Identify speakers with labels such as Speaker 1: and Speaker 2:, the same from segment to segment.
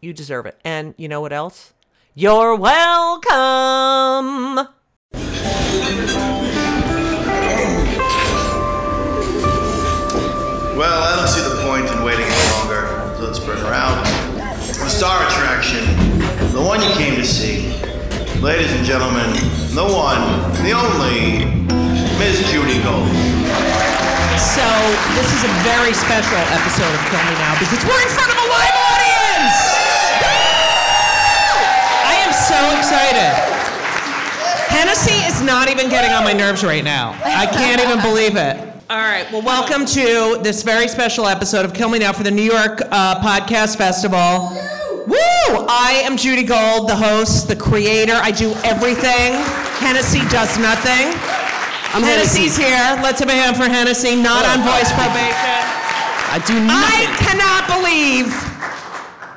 Speaker 1: You deserve it. And you know what else? You're welcome.
Speaker 2: Well, I don't see the point in waiting any longer, so let's bring her out. The star attraction, the one you came to see. Ladies and gentlemen, the one, the only, Miss Judy Gold.
Speaker 1: So, this is a very special episode of Kill Me Now because we're in front of a live audience. Woo! I am so excited. Hennessy is not even getting on my nerves right now. I can't even believe it. All right. Well, welcome to this very special episode of Kill Me Now for the New York uh, Podcast Festival. Woo! I am Judy Gold, the host, the creator. I do everything. Hennessy does nothing.
Speaker 3: I'm Oh.
Speaker 1: Hennessy's here. Let's have a hand for Hennessy, not on voice probation.
Speaker 3: I do
Speaker 1: I
Speaker 3: nothing.
Speaker 1: cannot believe.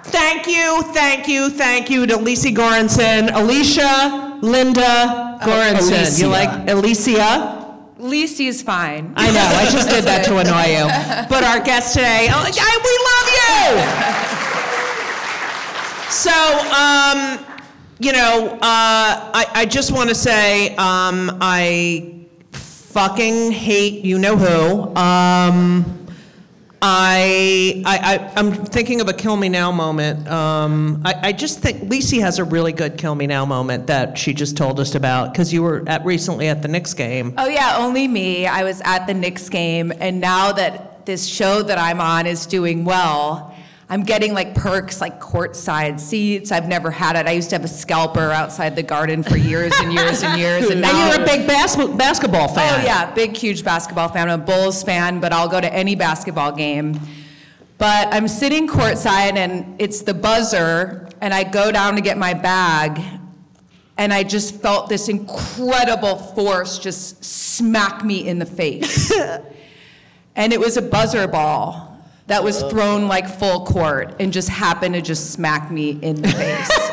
Speaker 1: Thank you, thank you, thank you to Lisi Goranson, Alicia, Linda Goranson. You
Speaker 3: Alicia.
Speaker 1: like Alicia?
Speaker 4: Lisi is fine.
Speaker 1: I know. I just did that to annoy you. But our guest today, oh, I- we love you. So, um, you know, uh, I, I just want to say um, I fucking hate you know who. Um, I, I, I, I'm thinking of a kill me now moment. Um, I, I just think Lisi has a really good kill me now moment that she just told us about because you were at recently at the Knicks game.
Speaker 4: Oh yeah, only me. I was at the Knicks game, and now that this show that I'm on is doing well, I'm getting like perks, like courtside seats. I've never had it. I used to have a scalper outside the garden for years and years and years, and
Speaker 1: And,
Speaker 4: now
Speaker 1: you're a big bas- basketball fan.
Speaker 4: Oh yeah, big huge basketball fan. I'm a Bulls fan, but I'll go to any basketball game. But I'm sitting courtside and it's the buzzer and I go down to get my bag and I just felt this incredible force just smack me in the face. and it was a buzzer ball that was thrown like full court and just happened to just smack me in the face.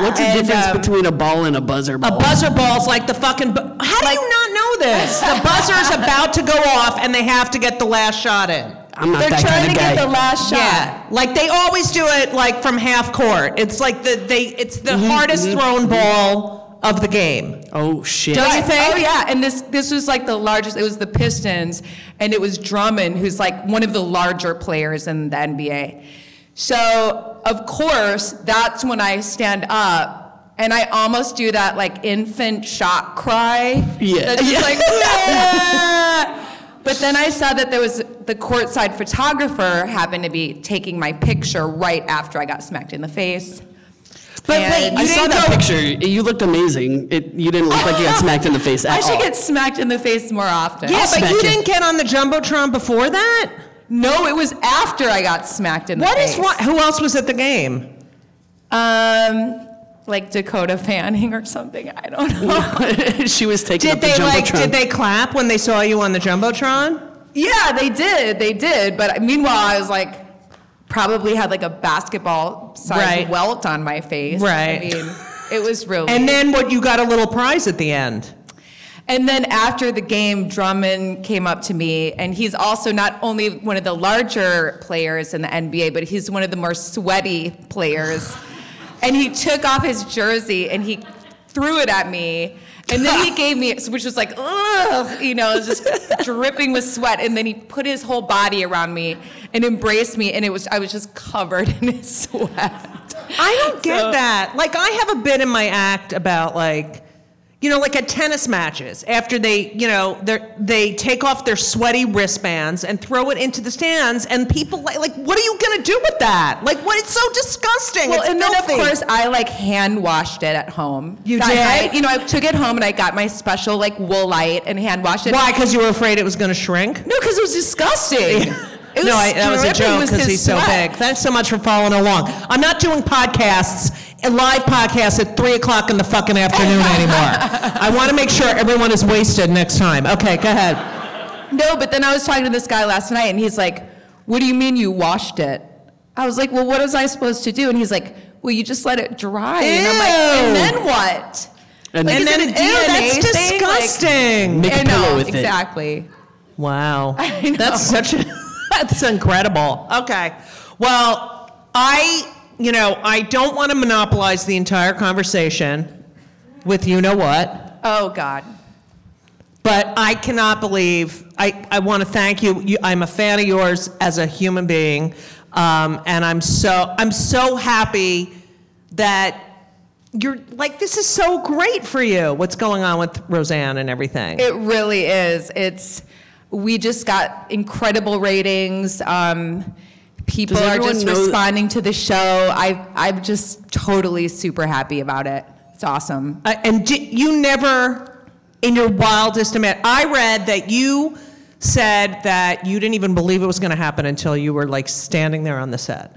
Speaker 3: What's the
Speaker 4: and,
Speaker 3: difference
Speaker 4: um,
Speaker 3: between a ball and a buzzer
Speaker 1: A
Speaker 3: ball?
Speaker 1: buzzer ball's like the fucking. Bu- How do you not know this? The buzzer's about to go off, and they have to get the last shot in.
Speaker 3: I'm not
Speaker 5: They're
Speaker 3: that kind
Speaker 5: trying to
Speaker 3: of
Speaker 5: get the
Speaker 3: guy.
Speaker 5: last shot.
Speaker 6: Yeah, like they always do it like from half court. It's like the they it's the hardest thrown ball of the game.
Speaker 3: Oh shit.
Speaker 6: Don't you think?
Speaker 4: Oh yeah, and this this was like the largest. It was the Pistons, and it was Drummond, who's like one of the larger players in the NBA. So of course, that's when I stand up, and I almost do that like infant shock cry.
Speaker 3: Yeah.
Speaker 4: That's just
Speaker 3: Yeah.
Speaker 4: like. "Ah." But then I saw that there was the courtside photographer happened to be taking my picture right after I got smacked in the face.
Speaker 6: But
Speaker 4: And-
Speaker 6: wait, you
Speaker 3: I saw
Speaker 6: didn't
Speaker 3: that
Speaker 6: go-
Speaker 3: picture. You looked amazing. It, you didn't look like you got smacked in the face at
Speaker 4: I should
Speaker 3: all.
Speaker 4: get smacked in the face more often.
Speaker 6: Yeah, but
Speaker 3: smack
Speaker 6: you
Speaker 3: you.
Speaker 6: didn't get on the jumbotron before that.
Speaker 4: No, it was after I got smacked in the
Speaker 6: What
Speaker 4: face.
Speaker 6: is what? Who else was at the game?
Speaker 4: Um, like Dakota Fanning or something. I don't know.
Speaker 3: she was taking
Speaker 6: Did
Speaker 3: up the
Speaker 6: they like?
Speaker 3: jumbotron.
Speaker 6: Did they clap when they saw you on the jumbotron?
Speaker 4: yeah, they did. They did. But meanwhile, I was like, probably had like a basketball sized
Speaker 6: Right.
Speaker 4: welt on my face.
Speaker 6: Right.
Speaker 4: I mean, it was really.
Speaker 6: And then what? You got a little prize at the end.
Speaker 4: And then after the game, Drummond came up to me, and he's also not only one of the larger players in the NBA, but he's one of the more sweaty players. and he took off his jersey and he threw it at me. And then he gave me, which was like, ugh, you know, it was just dripping with sweat. And then he put his whole body around me and embraced me, and it was I was just covered in his sweat.
Speaker 6: I don't get
Speaker 4: So-
Speaker 6: that. Like I have a bit in my act about like you know like at tennis matches after they you know they they take off their sweaty wristbands and throw it into the stands and people like like what are you going to do with that? Like what it's so disgusting.
Speaker 4: Well,
Speaker 6: it's
Speaker 4: and
Speaker 6: filthy.
Speaker 4: then of course I like hand washed it at home.
Speaker 6: You
Speaker 4: that
Speaker 6: did?
Speaker 4: Night. You know, I took it home and I got my special like wool light and hand washed it.
Speaker 6: why cuz you were afraid it was going to shrink?
Speaker 4: No, because it was disgusting. It was
Speaker 6: no, I, that was a
Speaker 4: dripping
Speaker 6: joke
Speaker 4: with
Speaker 6: because
Speaker 4: his
Speaker 6: he's so
Speaker 4: sweat.
Speaker 6: big. Thanks so much for following along. I'm not doing podcasts, uh, live podcasts at 3 o'clock in the fucking afternoon anymore. I want to make sure everyone is wasted next time. Okay, go ahead.
Speaker 4: No, but then I was talking to this guy last night and he's like, "What do you mean you washed it?" I was like, "Well, what was I supposed to do?" And he's like, "Well, you just let it dry." And I'm like, "And
Speaker 6: Ew.
Speaker 4: then what?"
Speaker 3: And-
Speaker 4: like,
Speaker 6: And
Speaker 4: is
Speaker 6: then,
Speaker 4: it
Speaker 6: ew,
Speaker 4: a DNA
Speaker 6: that's
Speaker 4: thing? Like-
Speaker 6: disgusting.
Speaker 3: Make a
Speaker 4: I know,
Speaker 3: pillow with it.
Speaker 4: exactly.
Speaker 6: Wow.
Speaker 4: I know.
Speaker 6: That's such a that's incredible. Okay. Well, I you know, I don't want to monopolize the entire conversation with you know what.
Speaker 4: Oh God.
Speaker 6: But I cannot believe, I, I want to thank you. you. I'm a fan of yours as a human being. Um, and I'm so, I'm so happy that you're like, this is so great for you, what's going on with Roseanne and everything.
Speaker 4: It really is. It's we just got incredible ratings. Um, people
Speaker 3: Does
Speaker 4: are
Speaker 3: everyone
Speaker 4: just
Speaker 3: know-
Speaker 4: responding to the show. I I'm just totally super happy about it. It's awesome.
Speaker 6: Uh, and di- you never, in your wildest imagination, I read that you said that you didn't even believe it was going to happen until you were like standing there on the set.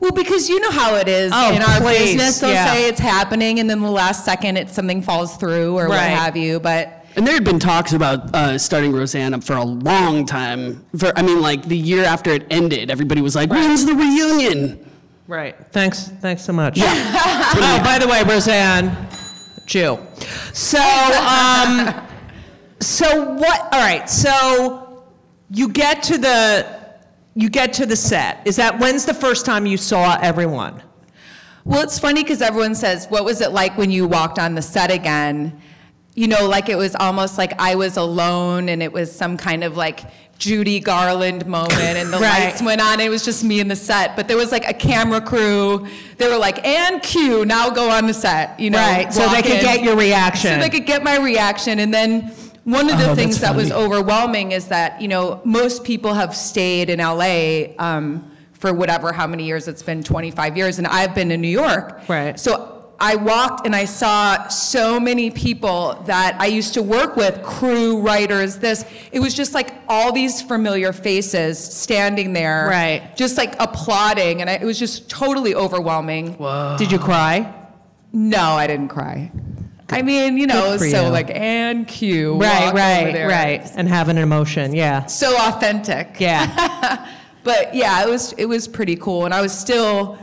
Speaker 4: Well, because you know how it is
Speaker 6: Oh,
Speaker 4: in our
Speaker 6: please,
Speaker 4: business. They'll
Speaker 6: yeah.
Speaker 4: say it's happening, and then the last second, it something falls through or what
Speaker 6: Right.
Speaker 4: have you. But
Speaker 3: And there had been talks about uh, starting Roseanne up for a long time. For I mean, like the year after it ended, everybody was like, "When's the reunion?"
Speaker 6: Right. Thanks. Thanks so much. oh, by the way, Roseanne, Jew. So, um, so what? All right. So you get to the you get to the set. Is that when's the first time you saw everyone?
Speaker 4: Well, it's funny because everyone says, What was it like when you walked on the set again? You know, like it was almost like I was alone and it was some kind of like Judy Garland moment and the
Speaker 6: Right.
Speaker 4: lights went on. It was just me and the set. But there was like a camera crew. They were like, And cue, now go on the set, you know.
Speaker 6: So they
Speaker 4: walk
Speaker 6: could
Speaker 4: in.
Speaker 6: get your reaction.
Speaker 4: So they could get my reaction. And then one of the
Speaker 3: Oh,
Speaker 4: things
Speaker 3: that's
Speaker 4: that was
Speaker 3: funny.
Speaker 4: overwhelming is that, you know, most people have stayed in LA um, for whatever, how many years it's been 25 years. And I've been in New York.
Speaker 6: Right.
Speaker 4: So I walked and I saw so many people that I used to work with crew, writers, this. It was just like all these familiar faces standing there.
Speaker 6: Right.
Speaker 4: Just like applauding. And I, it was just totally overwhelming.
Speaker 6: Did you cry?
Speaker 4: No, I didn't cry. I mean, you know,
Speaker 6: for
Speaker 4: so
Speaker 6: you.
Speaker 4: like and cue, walk over there.
Speaker 6: And have an emotion. Yeah.
Speaker 4: So authentic.
Speaker 6: Yeah.
Speaker 4: But yeah, it was it was pretty cool, and I was still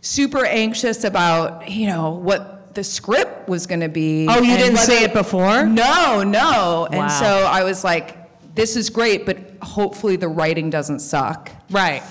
Speaker 4: super anxious about you know what the script was going to be.
Speaker 6: Oh, you
Speaker 4: and
Speaker 6: didn't see
Speaker 4: whether-
Speaker 6: it before?
Speaker 4: No, no,
Speaker 6: Wow.
Speaker 4: and so I was like, this is great, but hopefully the writing doesn't suck.
Speaker 6: Right.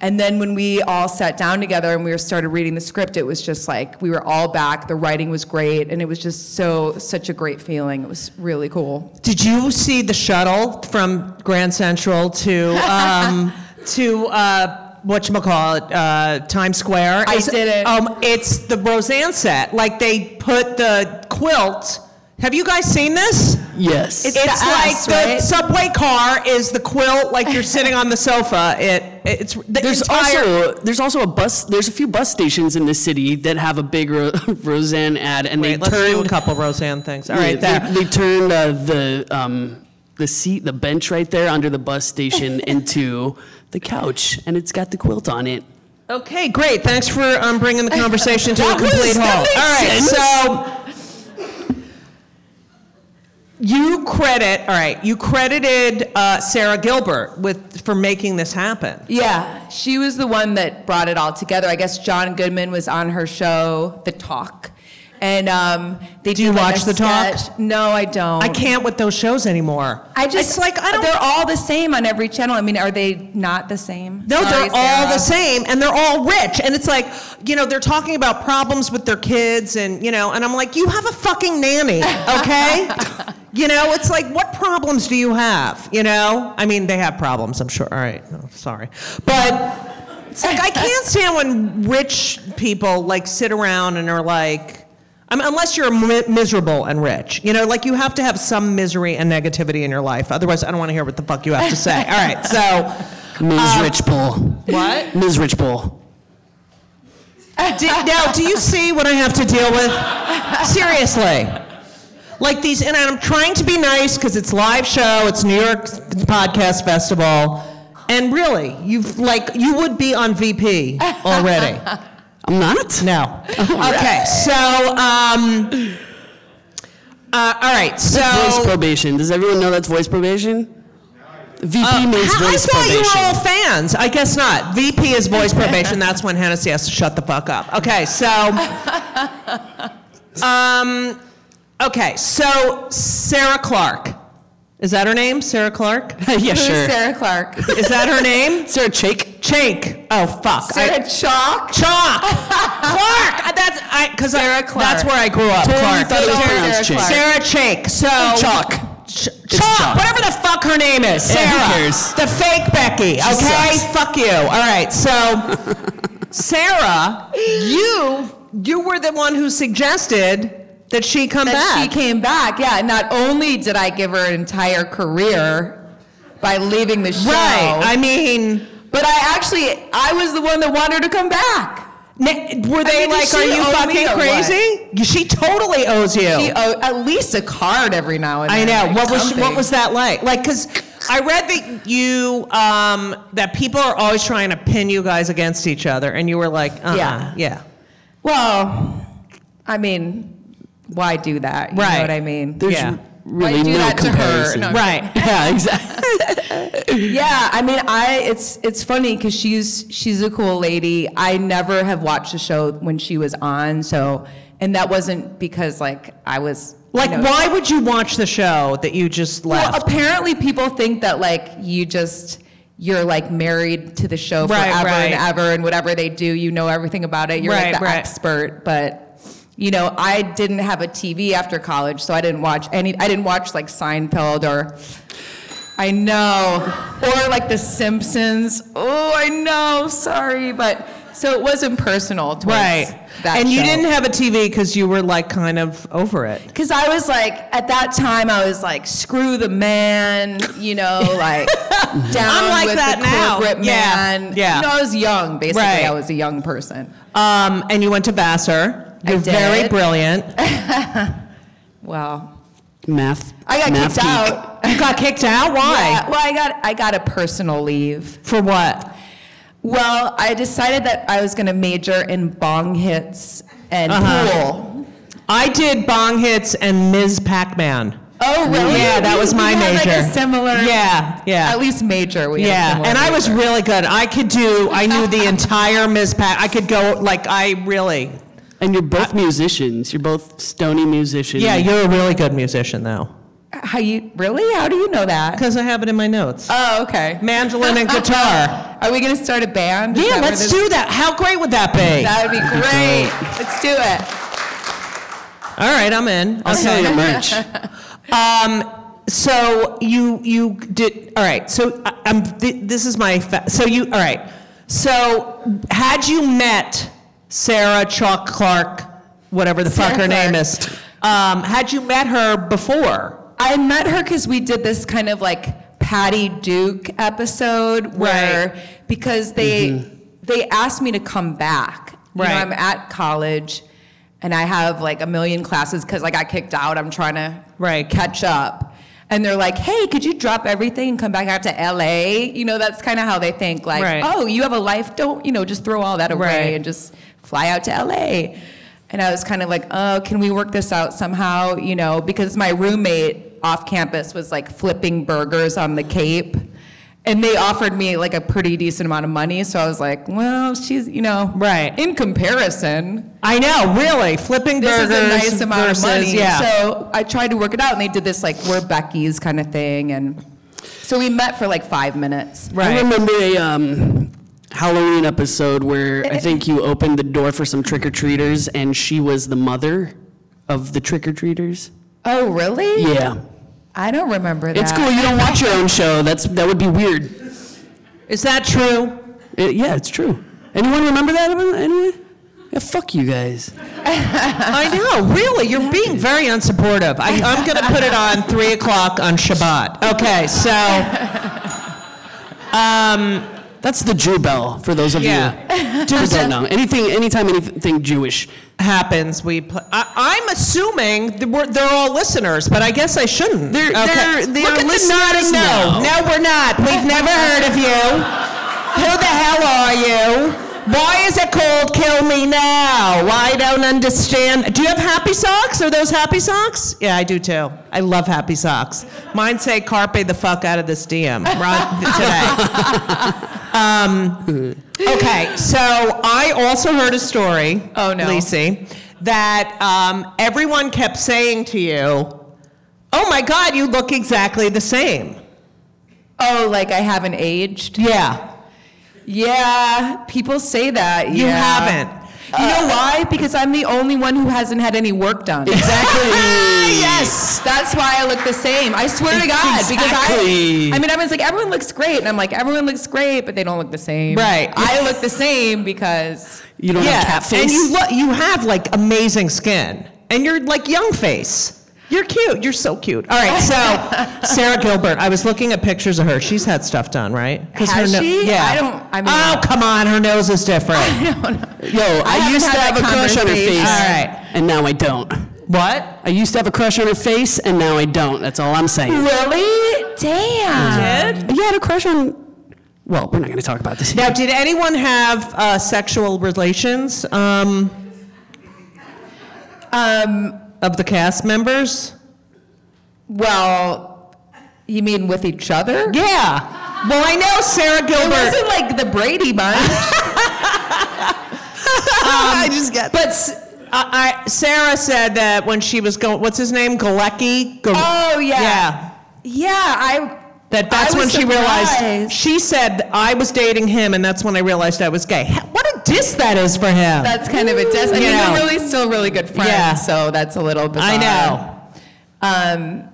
Speaker 4: And then when we all sat down together and we were started reading the script, it was just like we were all back. The writing was great, and it was just so such a great feeling. It was really cool.
Speaker 6: Did you see the shuttle from Grand Central to um, to uh, what you call it uh, Times Square?
Speaker 4: I
Speaker 6: Is-
Speaker 4: didn't.
Speaker 6: Um, it's the Roseanne set. Like they put the quilt. Have you guys seen this?
Speaker 3: Yes.
Speaker 4: It's-
Speaker 6: It's
Speaker 4: the
Speaker 6: like
Speaker 4: S,
Speaker 6: the
Speaker 4: right?
Speaker 6: subway car is the quilt. Like you're sitting on the sofa. It it's the
Speaker 3: there's
Speaker 6: entire.
Speaker 3: also there's also a bus. There's a few bus stations in the city that have a big Ro- Roseanne ad, and
Speaker 6: Wait,
Speaker 3: they
Speaker 6: let's
Speaker 3: turned.
Speaker 6: do a couple Roseanne things. All right,
Speaker 3: Yeah,
Speaker 6: there.
Speaker 3: They, they turned uh, the um, the seat, the bench right there under the bus station into the couch, and it's got the quilt on it.
Speaker 6: Okay, great. Thanks for um, bringing the conversation to a
Speaker 3: That was-
Speaker 6: complete halt.
Speaker 3: that makes
Speaker 6: All right, so you credit. All right, you credited uh, Sarah Gilbert with for making this happen.
Speaker 4: Yeah, she was the one that brought it all together. I guess John Goodman was on her show, The Talk, and um, they
Speaker 6: Do you
Speaker 4: did, like,
Speaker 6: watch
Speaker 4: a
Speaker 6: The Talk?
Speaker 4: sketch. No, I don't.
Speaker 6: I
Speaker 3: Oh.
Speaker 6: can't with those shows anymore.
Speaker 4: I just
Speaker 6: it's like I don't.
Speaker 4: They're all the same on every channel. I mean, are they not the same?
Speaker 6: No, they're
Speaker 4: Sorry,
Speaker 6: all the
Speaker 4: Sarah.
Speaker 6: same and they're all rich. And it's like, you know, they're talking about problems with their kids and, you know, and I'm like, you have a fucking nanny, okay? you know, it's like, what problems do you have? You know? I mean, they have problems, I'm sure. All right, no, sorry. But it's like, I can't stand when rich people like sit around and are like, I mean, unless you're mi- miserable and rich, you know, like you have to have some misery and negativity in your life. Otherwise, I don't want to hear what the fuck you have to say. All right, so.
Speaker 3: Ms. Rich Bull.
Speaker 6: What?
Speaker 3: Um, Ms. Rich Bull.
Speaker 6: Do, now, do you see what I have to deal with? Seriously. Like these, and I'm trying to be nice because it's live show, it's New York Podcast Festival, and really, you've like you would be on VP already.
Speaker 3: I'm not.
Speaker 6: No. Okay, so um, uh, all right, so
Speaker 3: Voice probation. Does everyone know that's voice probation? VP
Speaker 6: Uh,
Speaker 3: means
Speaker 6: I
Speaker 3: voice
Speaker 6: thought you
Speaker 3: probation.
Speaker 6: were all fans. I guess not. VP is voice probation. That's when Hennessy has to shut the fuck up. Okay, so. Um, okay, so Sarah Clark. Is that her name? Sarah Clark?
Speaker 3: yeah,
Speaker 4: Who's
Speaker 3: sure.
Speaker 4: Sarah Clark?
Speaker 6: Is that her name?
Speaker 3: Sarah Chake.
Speaker 6: Chake. Oh, fuck. I-
Speaker 4: Sarah Chalk.
Speaker 6: Chalk. Clark. I- That's I because
Speaker 4: Sarah Clark.
Speaker 6: That's where I grew up.
Speaker 3: Totally
Speaker 6: Clark.
Speaker 3: thought it was
Speaker 6: Sarah-
Speaker 3: pronounced
Speaker 6: Sarah,
Speaker 3: Chake.
Speaker 6: Chake. So
Speaker 3: Chalk.
Speaker 6: Ch-
Speaker 3: It's
Speaker 6: Chalk,
Speaker 3: Chalk.
Speaker 6: whatever the fuck her name is,
Speaker 3: Yeah,
Speaker 6: Sarah.
Speaker 3: who cares?
Speaker 6: The fake Becky. Okay,
Speaker 3: sucks.
Speaker 6: fuck you. All right, so Sarah, you you were the one who suggested that she come
Speaker 4: That she
Speaker 6: back.
Speaker 4: came back. Yeah. and Not only did I give her an entire career by leaving the show,
Speaker 6: right. I mean,
Speaker 4: but I actually I was the one that wanted her to come back.
Speaker 6: ne- were they
Speaker 4: mean, does
Speaker 6: like,
Speaker 4: she
Speaker 6: "Are you
Speaker 4: owe me
Speaker 6: fucking
Speaker 4: or what?"
Speaker 6: crazy"? She totally owes you.
Speaker 4: She owed at least a card every now and
Speaker 6: I
Speaker 4: then.
Speaker 6: know.
Speaker 4: like
Speaker 6: what was
Speaker 4: something.
Speaker 6: what was that like? Like, cause I read that you um, that people are always trying to pin you guys against each other, and you were like, uh-uh,
Speaker 4: Yeah.
Speaker 6: yeah, yeah.
Speaker 4: Well, I mean, why do that? You
Speaker 6: Right.
Speaker 4: know what I mean?
Speaker 3: There's
Speaker 6: Yeah.
Speaker 4: Why
Speaker 3: really
Speaker 4: do
Speaker 3: no
Speaker 4: that to her?
Speaker 3: comparison.
Speaker 4: No.
Speaker 6: Right.
Speaker 3: Yeah, exactly.
Speaker 4: Yeah, I mean, I it's it's funny because she's she's a cool lady. I never have watched the show when she was on, so and that wasn't because like I was you
Speaker 6: Like,
Speaker 4: know-
Speaker 6: why would you watch the show that you just
Speaker 4: Well,
Speaker 6: left?
Speaker 4: apparently people think that like you just you're like married to the show
Speaker 6: Right,
Speaker 4: forever and
Speaker 6: right.
Speaker 4: ever, and whatever they do, you know everything about it. You're
Speaker 6: Right,
Speaker 4: like the
Speaker 6: right.
Speaker 4: expert, but. You know, I didn't have a TV after college, so I didn't watch any. I didn't watch like Seinfeld or I know. Or like The Simpsons. Oh, I know. Sorry, but so it wasn't personal towards
Speaker 6: right.
Speaker 4: that.
Speaker 6: And you didn't have a TV because you were like kind of over it.
Speaker 4: because I was like, at that time, I was like, screw the man, you know, like down
Speaker 6: I'm like
Speaker 4: with
Speaker 6: that
Speaker 4: the
Speaker 6: now.
Speaker 4: corporate
Speaker 6: Yeah,
Speaker 4: man.
Speaker 6: yeah.
Speaker 4: You know, I was young. Basically,
Speaker 6: Right.
Speaker 4: I was a young person.
Speaker 6: Um, and you went to Vassar.
Speaker 4: I
Speaker 6: You're very
Speaker 4: did.
Speaker 6: brilliant.
Speaker 4: Well,
Speaker 3: Math.
Speaker 4: I got
Speaker 3: math
Speaker 4: kicked
Speaker 3: geek.
Speaker 4: out.
Speaker 6: You got kicked out. Why?
Speaker 4: Yeah, well, I got I got a personal leave.
Speaker 6: For what?
Speaker 4: Well, I decided that I was going to major in bong hits and
Speaker 6: Uh-huh.
Speaker 4: pool.
Speaker 6: I did bong hits and Ms. Pac-Man.
Speaker 4: Oh, really?
Speaker 6: Yeah, that was
Speaker 4: We
Speaker 6: my
Speaker 4: had, like, a
Speaker 6: major.
Speaker 4: similar.
Speaker 6: Yeah, yeah.
Speaker 4: At least major. We had a
Speaker 6: Yeah,
Speaker 4: similar
Speaker 6: and I was
Speaker 4: major.
Speaker 6: really good. I could do. I knew the entire Ms. Pat. I could go like I really.
Speaker 3: And you're both musicians. You're both stony musicians.
Speaker 6: Mm. Yeah, you're a really good musician though.
Speaker 4: How you really? How do you know that?
Speaker 6: Because I have it in my notes.
Speaker 4: Oh, okay.
Speaker 6: Mandolin and guitar.
Speaker 4: Are we gonna start a band? Is
Speaker 6: yeah,
Speaker 4: that where
Speaker 6: let's
Speaker 4: this-
Speaker 6: do that. How great would that be?
Speaker 4: That would be great. Let's do it.
Speaker 6: All right, I'm in.
Speaker 3: I'll sell your merch.
Speaker 6: So you you did all right. So I, I'm th- this is my fa- so you all right. So had you met Sarah Chalk Clark, whatever the fuck
Speaker 4: Sarah
Speaker 6: her name
Speaker 4: Clark.
Speaker 6: is, um, had you met her before?
Speaker 4: I met her because we did this kind of like Patty Duke episode where because they they asked me to come back. You know,
Speaker 6: Right.
Speaker 4: I'm at college and I have like a million classes because I got kicked out. I'm trying to
Speaker 6: Right.
Speaker 4: catch up. And they're like, hey, could you drop everything and come back out to LA? You know, that's kind of how they think. Like,
Speaker 6: Right.
Speaker 4: oh, you have a life, don't, you know, just throw all that away
Speaker 6: Right.
Speaker 4: and just fly out to LA. And I was kind of like, oh, can we work this out somehow? You know, because my roommate off campus was like flipping burgers on the Cape. And they offered me like a pretty decent amount of money. So I was like, well, she's, you know,
Speaker 6: Right.
Speaker 4: in comparison,
Speaker 6: I know, really, flipping
Speaker 4: this
Speaker 6: burgers
Speaker 4: is a nice amount
Speaker 6: versus-
Speaker 4: of money.
Speaker 6: Yeah.
Speaker 4: So I tried to work it out, and they did this like we're Becky's kind of thing, and so we met for like five minutes.
Speaker 6: Right.
Speaker 3: I remember a um, Halloween episode where I think you opened the door for some trick or treaters, and she was the mother of the trick or treaters.
Speaker 4: Oh, really?
Speaker 3: Yeah,
Speaker 4: I don't remember that.
Speaker 3: it's cool. You don't watch your own show. That's that would be weird.
Speaker 6: is that true?
Speaker 3: It- Uh, yeah, it's true. Anyone remember that about- anyway? Yeah, fuck you guys.
Speaker 6: I know, really. You're being very unsupportive. I, I'm going to put it on three o'clock on Shabbat. Okay, so.
Speaker 3: That's the Jew bell for those of
Speaker 6: Yeah.
Speaker 3: you who don't know. Anything, anytime anything Jewish.
Speaker 6: happens, we. Pl- I, I'm assuming that we're, they're all listeners, but I guess I shouldn't.
Speaker 3: They're- they're- they
Speaker 6: Look
Speaker 3: are
Speaker 6: at the nodding.
Speaker 3: listeners
Speaker 6: No,
Speaker 3: now.
Speaker 6: no, we're not. We've never heard of you. Who the hell are you? Why is it called "Kill Me Now"? I don't understand. Do you have happy socks? Are those happy socks? Yeah, I do too. I love happy socks. Mine say "Carpe the fuck out of this DM" right today. Um, Okay, so I also heard a story.
Speaker 4: Oh, no.
Speaker 6: Lisi, that um, everyone kept saying to you, "Oh my God, you look exactly the same."
Speaker 4: Oh, like I haven't aged.
Speaker 6: Yeah,
Speaker 4: Yeah, people say that.
Speaker 6: you
Speaker 4: yeah. Uh,
Speaker 6: haven't.
Speaker 4: You know why? Because I'm the only one who hasn't had any work done.
Speaker 3: Exactly.
Speaker 6: Yes.
Speaker 4: That's why I look the same. I swear to God, because I,
Speaker 3: Exactly.
Speaker 4: I mean, everyone's like, everyone looks great, and I'm like, everyone looks great, but they don't look the same.
Speaker 6: Right.
Speaker 4: I look the same because
Speaker 3: You don't have cat
Speaker 6: Yeah,
Speaker 3: face.
Speaker 6: and you look. You have like amazing skin, and you're like young face. You're cute. You're so cute. All right, so Sarah Gilbert. I was looking at pictures of her. She's had stuff done, right? 'Cause her
Speaker 4: Has
Speaker 6: no-
Speaker 4: she?
Speaker 6: Yeah.
Speaker 4: I don't- I mean-
Speaker 6: oh come on, her nose is different.
Speaker 3: Yo, I,
Speaker 4: haven't
Speaker 3: used to
Speaker 4: had
Speaker 3: have a
Speaker 4: that
Speaker 3: crush on
Speaker 4: conversation.
Speaker 3: her face.
Speaker 6: All right.
Speaker 3: And now I don't.
Speaker 6: What?
Speaker 3: I used to have a crush on her face, and now I don't. That's all I'm saying.
Speaker 4: really, damn.
Speaker 3: Yeah, I had a crush on. Well, we're not going to talk about this.
Speaker 6: Now, did anyone have uh, sexual relations um,
Speaker 4: Um,
Speaker 6: of the cast members?
Speaker 4: Well, you mean with each other?
Speaker 6: Yeah. Well, I know Sarah
Speaker 4: It
Speaker 6: Gilbert.
Speaker 4: wasn't like the Brady Bunch,
Speaker 6: I just got. Um, But S- I, I- Sarah said that when she was going, what's his name, Galecki? Go-
Speaker 4: Oh, yeah.
Speaker 6: Yeah.
Speaker 4: yeah, I.
Speaker 6: That that's
Speaker 4: I
Speaker 6: when
Speaker 4: was
Speaker 6: she realized.
Speaker 4: surprised.
Speaker 6: She said I was dating him, and that's when I realized I was gay. What a diss that is for him.
Speaker 4: That's kind of a dis. I mean,
Speaker 6: You know.
Speaker 4: we're really still really good friends,
Speaker 6: Yeah.
Speaker 4: so that's a little bizarre.
Speaker 6: I know.
Speaker 4: Um,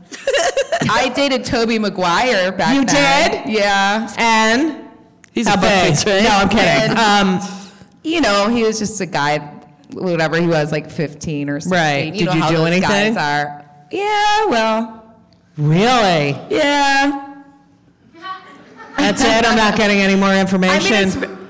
Speaker 4: I dated Toby Maguire back
Speaker 6: You
Speaker 4: then. did? Yeah.
Speaker 6: And
Speaker 3: He's
Speaker 6: How
Speaker 3: a
Speaker 6: big?
Speaker 3: face, right?
Speaker 6: No, I'm kidding.
Speaker 4: And-
Speaker 6: Um,
Speaker 4: You know, he was just a guy, whatever he was, like 15 or 16.
Speaker 6: Right.
Speaker 4: You
Speaker 6: Did
Speaker 4: know
Speaker 6: you
Speaker 4: how
Speaker 6: do
Speaker 4: those
Speaker 6: anything?
Speaker 4: Guys are. Yeah, well,
Speaker 6: really?
Speaker 4: yeah.
Speaker 6: That's it. I'm not getting any more
Speaker 4: I mean,
Speaker 6: information.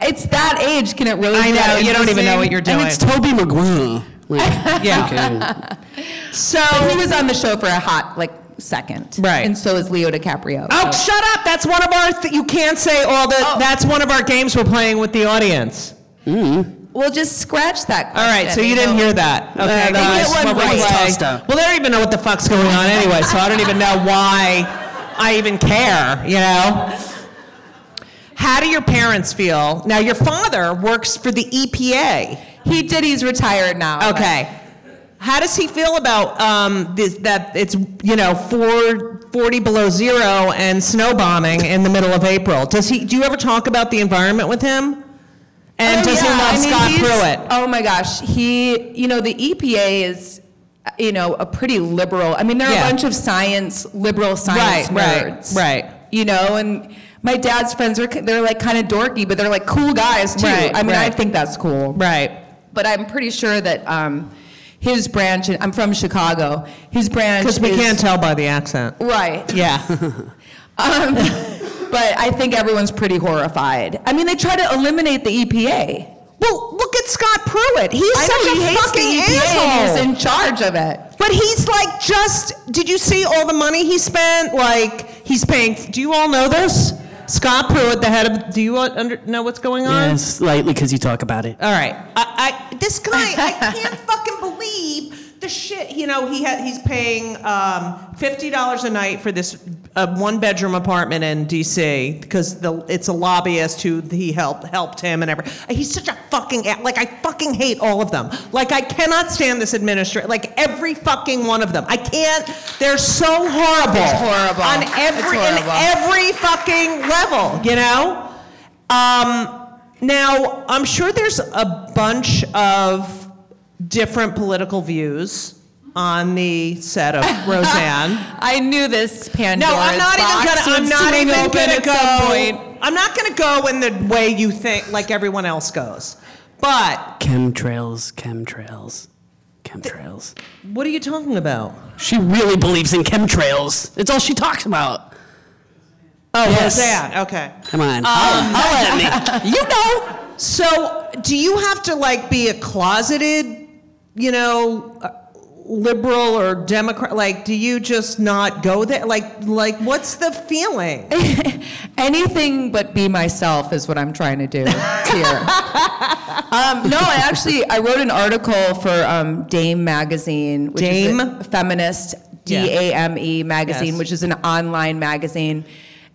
Speaker 4: it's, it's that age. Can it really?
Speaker 6: I
Speaker 4: be that
Speaker 6: know, you don't even know
Speaker 4: interesting?
Speaker 6: what you're doing.
Speaker 3: And it's Toby Maguire. Like,
Speaker 6: Yeah.
Speaker 3: okay.
Speaker 6: so.
Speaker 4: He was on the show for a hot like second,
Speaker 6: Right.
Speaker 4: And so is Leo DiCaprio.
Speaker 6: Oh,
Speaker 4: So-
Speaker 6: shut up! That's one of our. Th- you can't say all the.
Speaker 4: Oh.
Speaker 6: That's one of our games we're playing with the audience.
Speaker 4: well, just scratch that.
Speaker 6: All
Speaker 4: Question,
Speaker 6: right, so you didn't
Speaker 4: know.
Speaker 6: hear that. Okay,
Speaker 3: Yeah, no,
Speaker 6: guys,
Speaker 3: I get one
Speaker 6: what we
Speaker 3: right.
Speaker 6: play-
Speaker 3: Tossed up.
Speaker 6: Well, they don't even know what the fuck's going on anyway, so I don't even know why I even care. You know. How do your parents feel? Now, your father works for the EPA.
Speaker 4: He did. He's retired now.
Speaker 6: E Okay. How does he feel about um, this, that it's you know four, 40 below zero and snow bombing in the middle of April? Does he? Do you ever talk about the environment with him? And
Speaker 4: Oh,
Speaker 6: does
Speaker 4: yeah. I
Speaker 6: he
Speaker 4: mean,
Speaker 6: love
Speaker 4: he's-
Speaker 6: Scott Pruitt?
Speaker 4: Oh my gosh, he, you know, the EPA is, uh, you know, a pretty liberal. I mean, they're
Speaker 6: Yeah.
Speaker 4: a bunch of science, liberal science
Speaker 6: Right, right,
Speaker 4: nerds,
Speaker 6: right.
Speaker 4: You know, and my dad's friends are, ki- they're like kind of dorky, but they're like cool guys too.
Speaker 6: Right,
Speaker 4: I mean, I
Speaker 6: right.
Speaker 4: think that's cool.
Speaker 6: Right.
Speaker 4: But I'm pretty sure that um, his branch. I'm from Chicago. His branch.
Speaker 6: Because we
Speaker 4: is-
Speaker 6: can't tell by the accent.
Speaker 4: Right.
Speaker 6: Yeah.
Speaker 4: Um, but I think everyone's pretty horrified. I mean, they try to eliminate the E EPA.
Speaker 6: well, look at Scott Pruitt. He's
Speaker 4: I
Speaker 6: such
Speaker 4: know
Speaker 6: a
Speaker 4: he hates
Speaker 6: fucking
Speaker 4: the EPA
Speaker 6: asshole.
Speaker 4: And he's in charge of it.
Speaker 6: But he's like just. Did you see all the money he spent? Like he's paying. Do you all know this? Scott Pruitt, the head of. Do you want- under, know what's going on?
Speaker 3: Yeah, slightly because you talk about it.
Speaker 6: All right. I, I this guy. I can't fucking believe the shit. You know he ha- he's paying um, fifty dollars a night for this uh, one bedroom apartment in D.C. because the it's a lobbyist who he helped helped him and everything. He's such a fucking a- like I fucking hate all of them. Like I cannot stand this administration. Like every fucking one of them. I can't. They're so horrible.
Speaker 4: It's horrible.
Speaker 6: On
Speaker 4: It's
Speaker 6: every in
Speaker 4: horrible.
Speaker 6: every fucking level. You know. Um, now, I'm sure there's a bunch of different political views on the set of Roseanne.
Speaker 4: I knew this Pandora's
Speaker 6: no, I'm not even
Speaker 4: box
Speaker 6: gonna. I'm
Speaker 4: would
Speaker 6: not
Speaker 4: swing
Speaker 6: even
Speaker 4: open
Speaker 6: gonna
Speaker 4: at some point.
Speaker 6: go. I'm not gonna go in the way you think, like everyone else goes. But
Speaker 3: Chemtrails, chemtrails, chemtrails.
Speaker 6: what are you talking about?
Speaker 3: She really believes in chemtrails. It's all she talks about. Oh,
Speaker 6: Roseanne. Okay.
Speaker 3: Come on. Oh, holla, holla at me. You know.
Speaker 6: So, do you have to like be a closeted, you know, uh, liberal or Democrat? Like, do you just not go there? Like, like what's the feeling?
Speaker 4: Anything but be myself is what I'm trying to do here. um, no, I actually I wrote an article for um, Dame magazine, which
Speaker 6: Dame?
Speaker 4: is a feminist D
Speaker 6: Yeah.
Speaker 4: A M E magazine,
Speaker 6: Yes.
Speaker 4: which is an online magazine.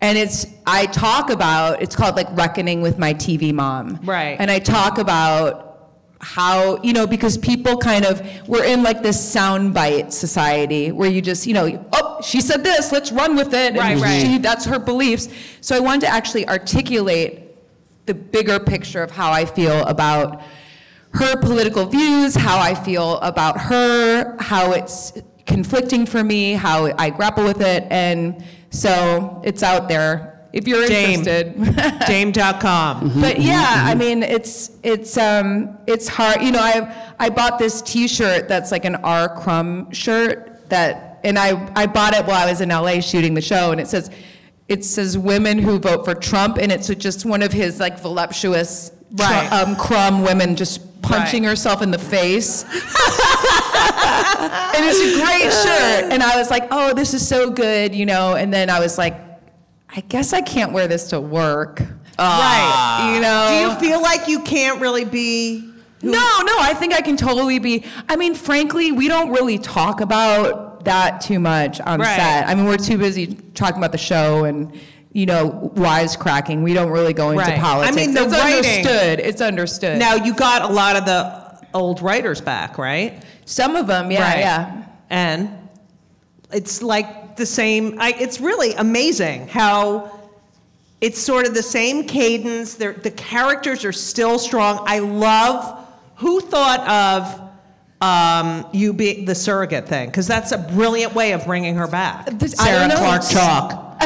Speaker 4: And it's I talk about it's called like reckoning with my TV mom.
Speaker 6: Right.
Speaker 4: And I talk about how you know because people kind of we're in like this soundbite society where you just you know oh she said this let's run with it
Speaker 6: Right,
Speaker 4: and
Speaker 6: right.
Speaker 4: she that's her beliefs. So I wanted to actually articulate the bigger picture of how I feel about her political views, how I feel about her, how it's conflicting for me, how I grapple with it, and so it's out there if you're
Speaker 6: Dame.
Speaker 4: interested.
Speaker 6: Dame.com.
Speaker 4: but yeah,
Speaker 6: mm-hmm.
Speaker 4: I mean, it's it's um it's hard. You know, I I bought this T-shirt that's like an R Crumb shirt that, and I I bought it while I was in LA shooting the show, and it says. It says women who vote for Trump, and it's just one of his like voluptuous tru-
Speaker 6: Right.
Speaker 4: um, crumb women just punching
Speaker 6: Right.
Speaker 4: herself in the face. and it's a great shirt. And I was like, oh, this is so good, you know. And then I was like, I guess I can't wear this to work.
Speaker 6: Right.
Speaker 4: You
Speaker 6: Do
Speaker 4: know.
Speaker 6: you feel like you can't really be?
Speaker 4: no, no, I think I can totally be. I mean, frankly, we don't really talk about that too much on
Speaker 6: Right.
Speaker 4: set. I mean, we're too busy talking about the show and you know wisecracking. We don't really go into
Speaker 6: Right. I
Speaker 4: politics.
Speaker 6: mean, the
Speaker 4: it's
Speaker 6: writing-
Speaker 4: understood. It's understood.
Speaker 6: Now you got a lot of the old writers back, right?
Speaker 4: some of them, yeah,
Speaker 6: Right.
Speaker 4: yeah.
Speaker 6: And it's like the same. I, it's really amazing how it's sort of the same cadence. They're, the characters are still strong. I love who thought of um, you being the surrogate thing because that's a brilliant way of bringing her back.
Speaker 4: This- I
Speaker 6: Sarah
Speaker 4: don't know.
Speaker 6: Clark Chalk.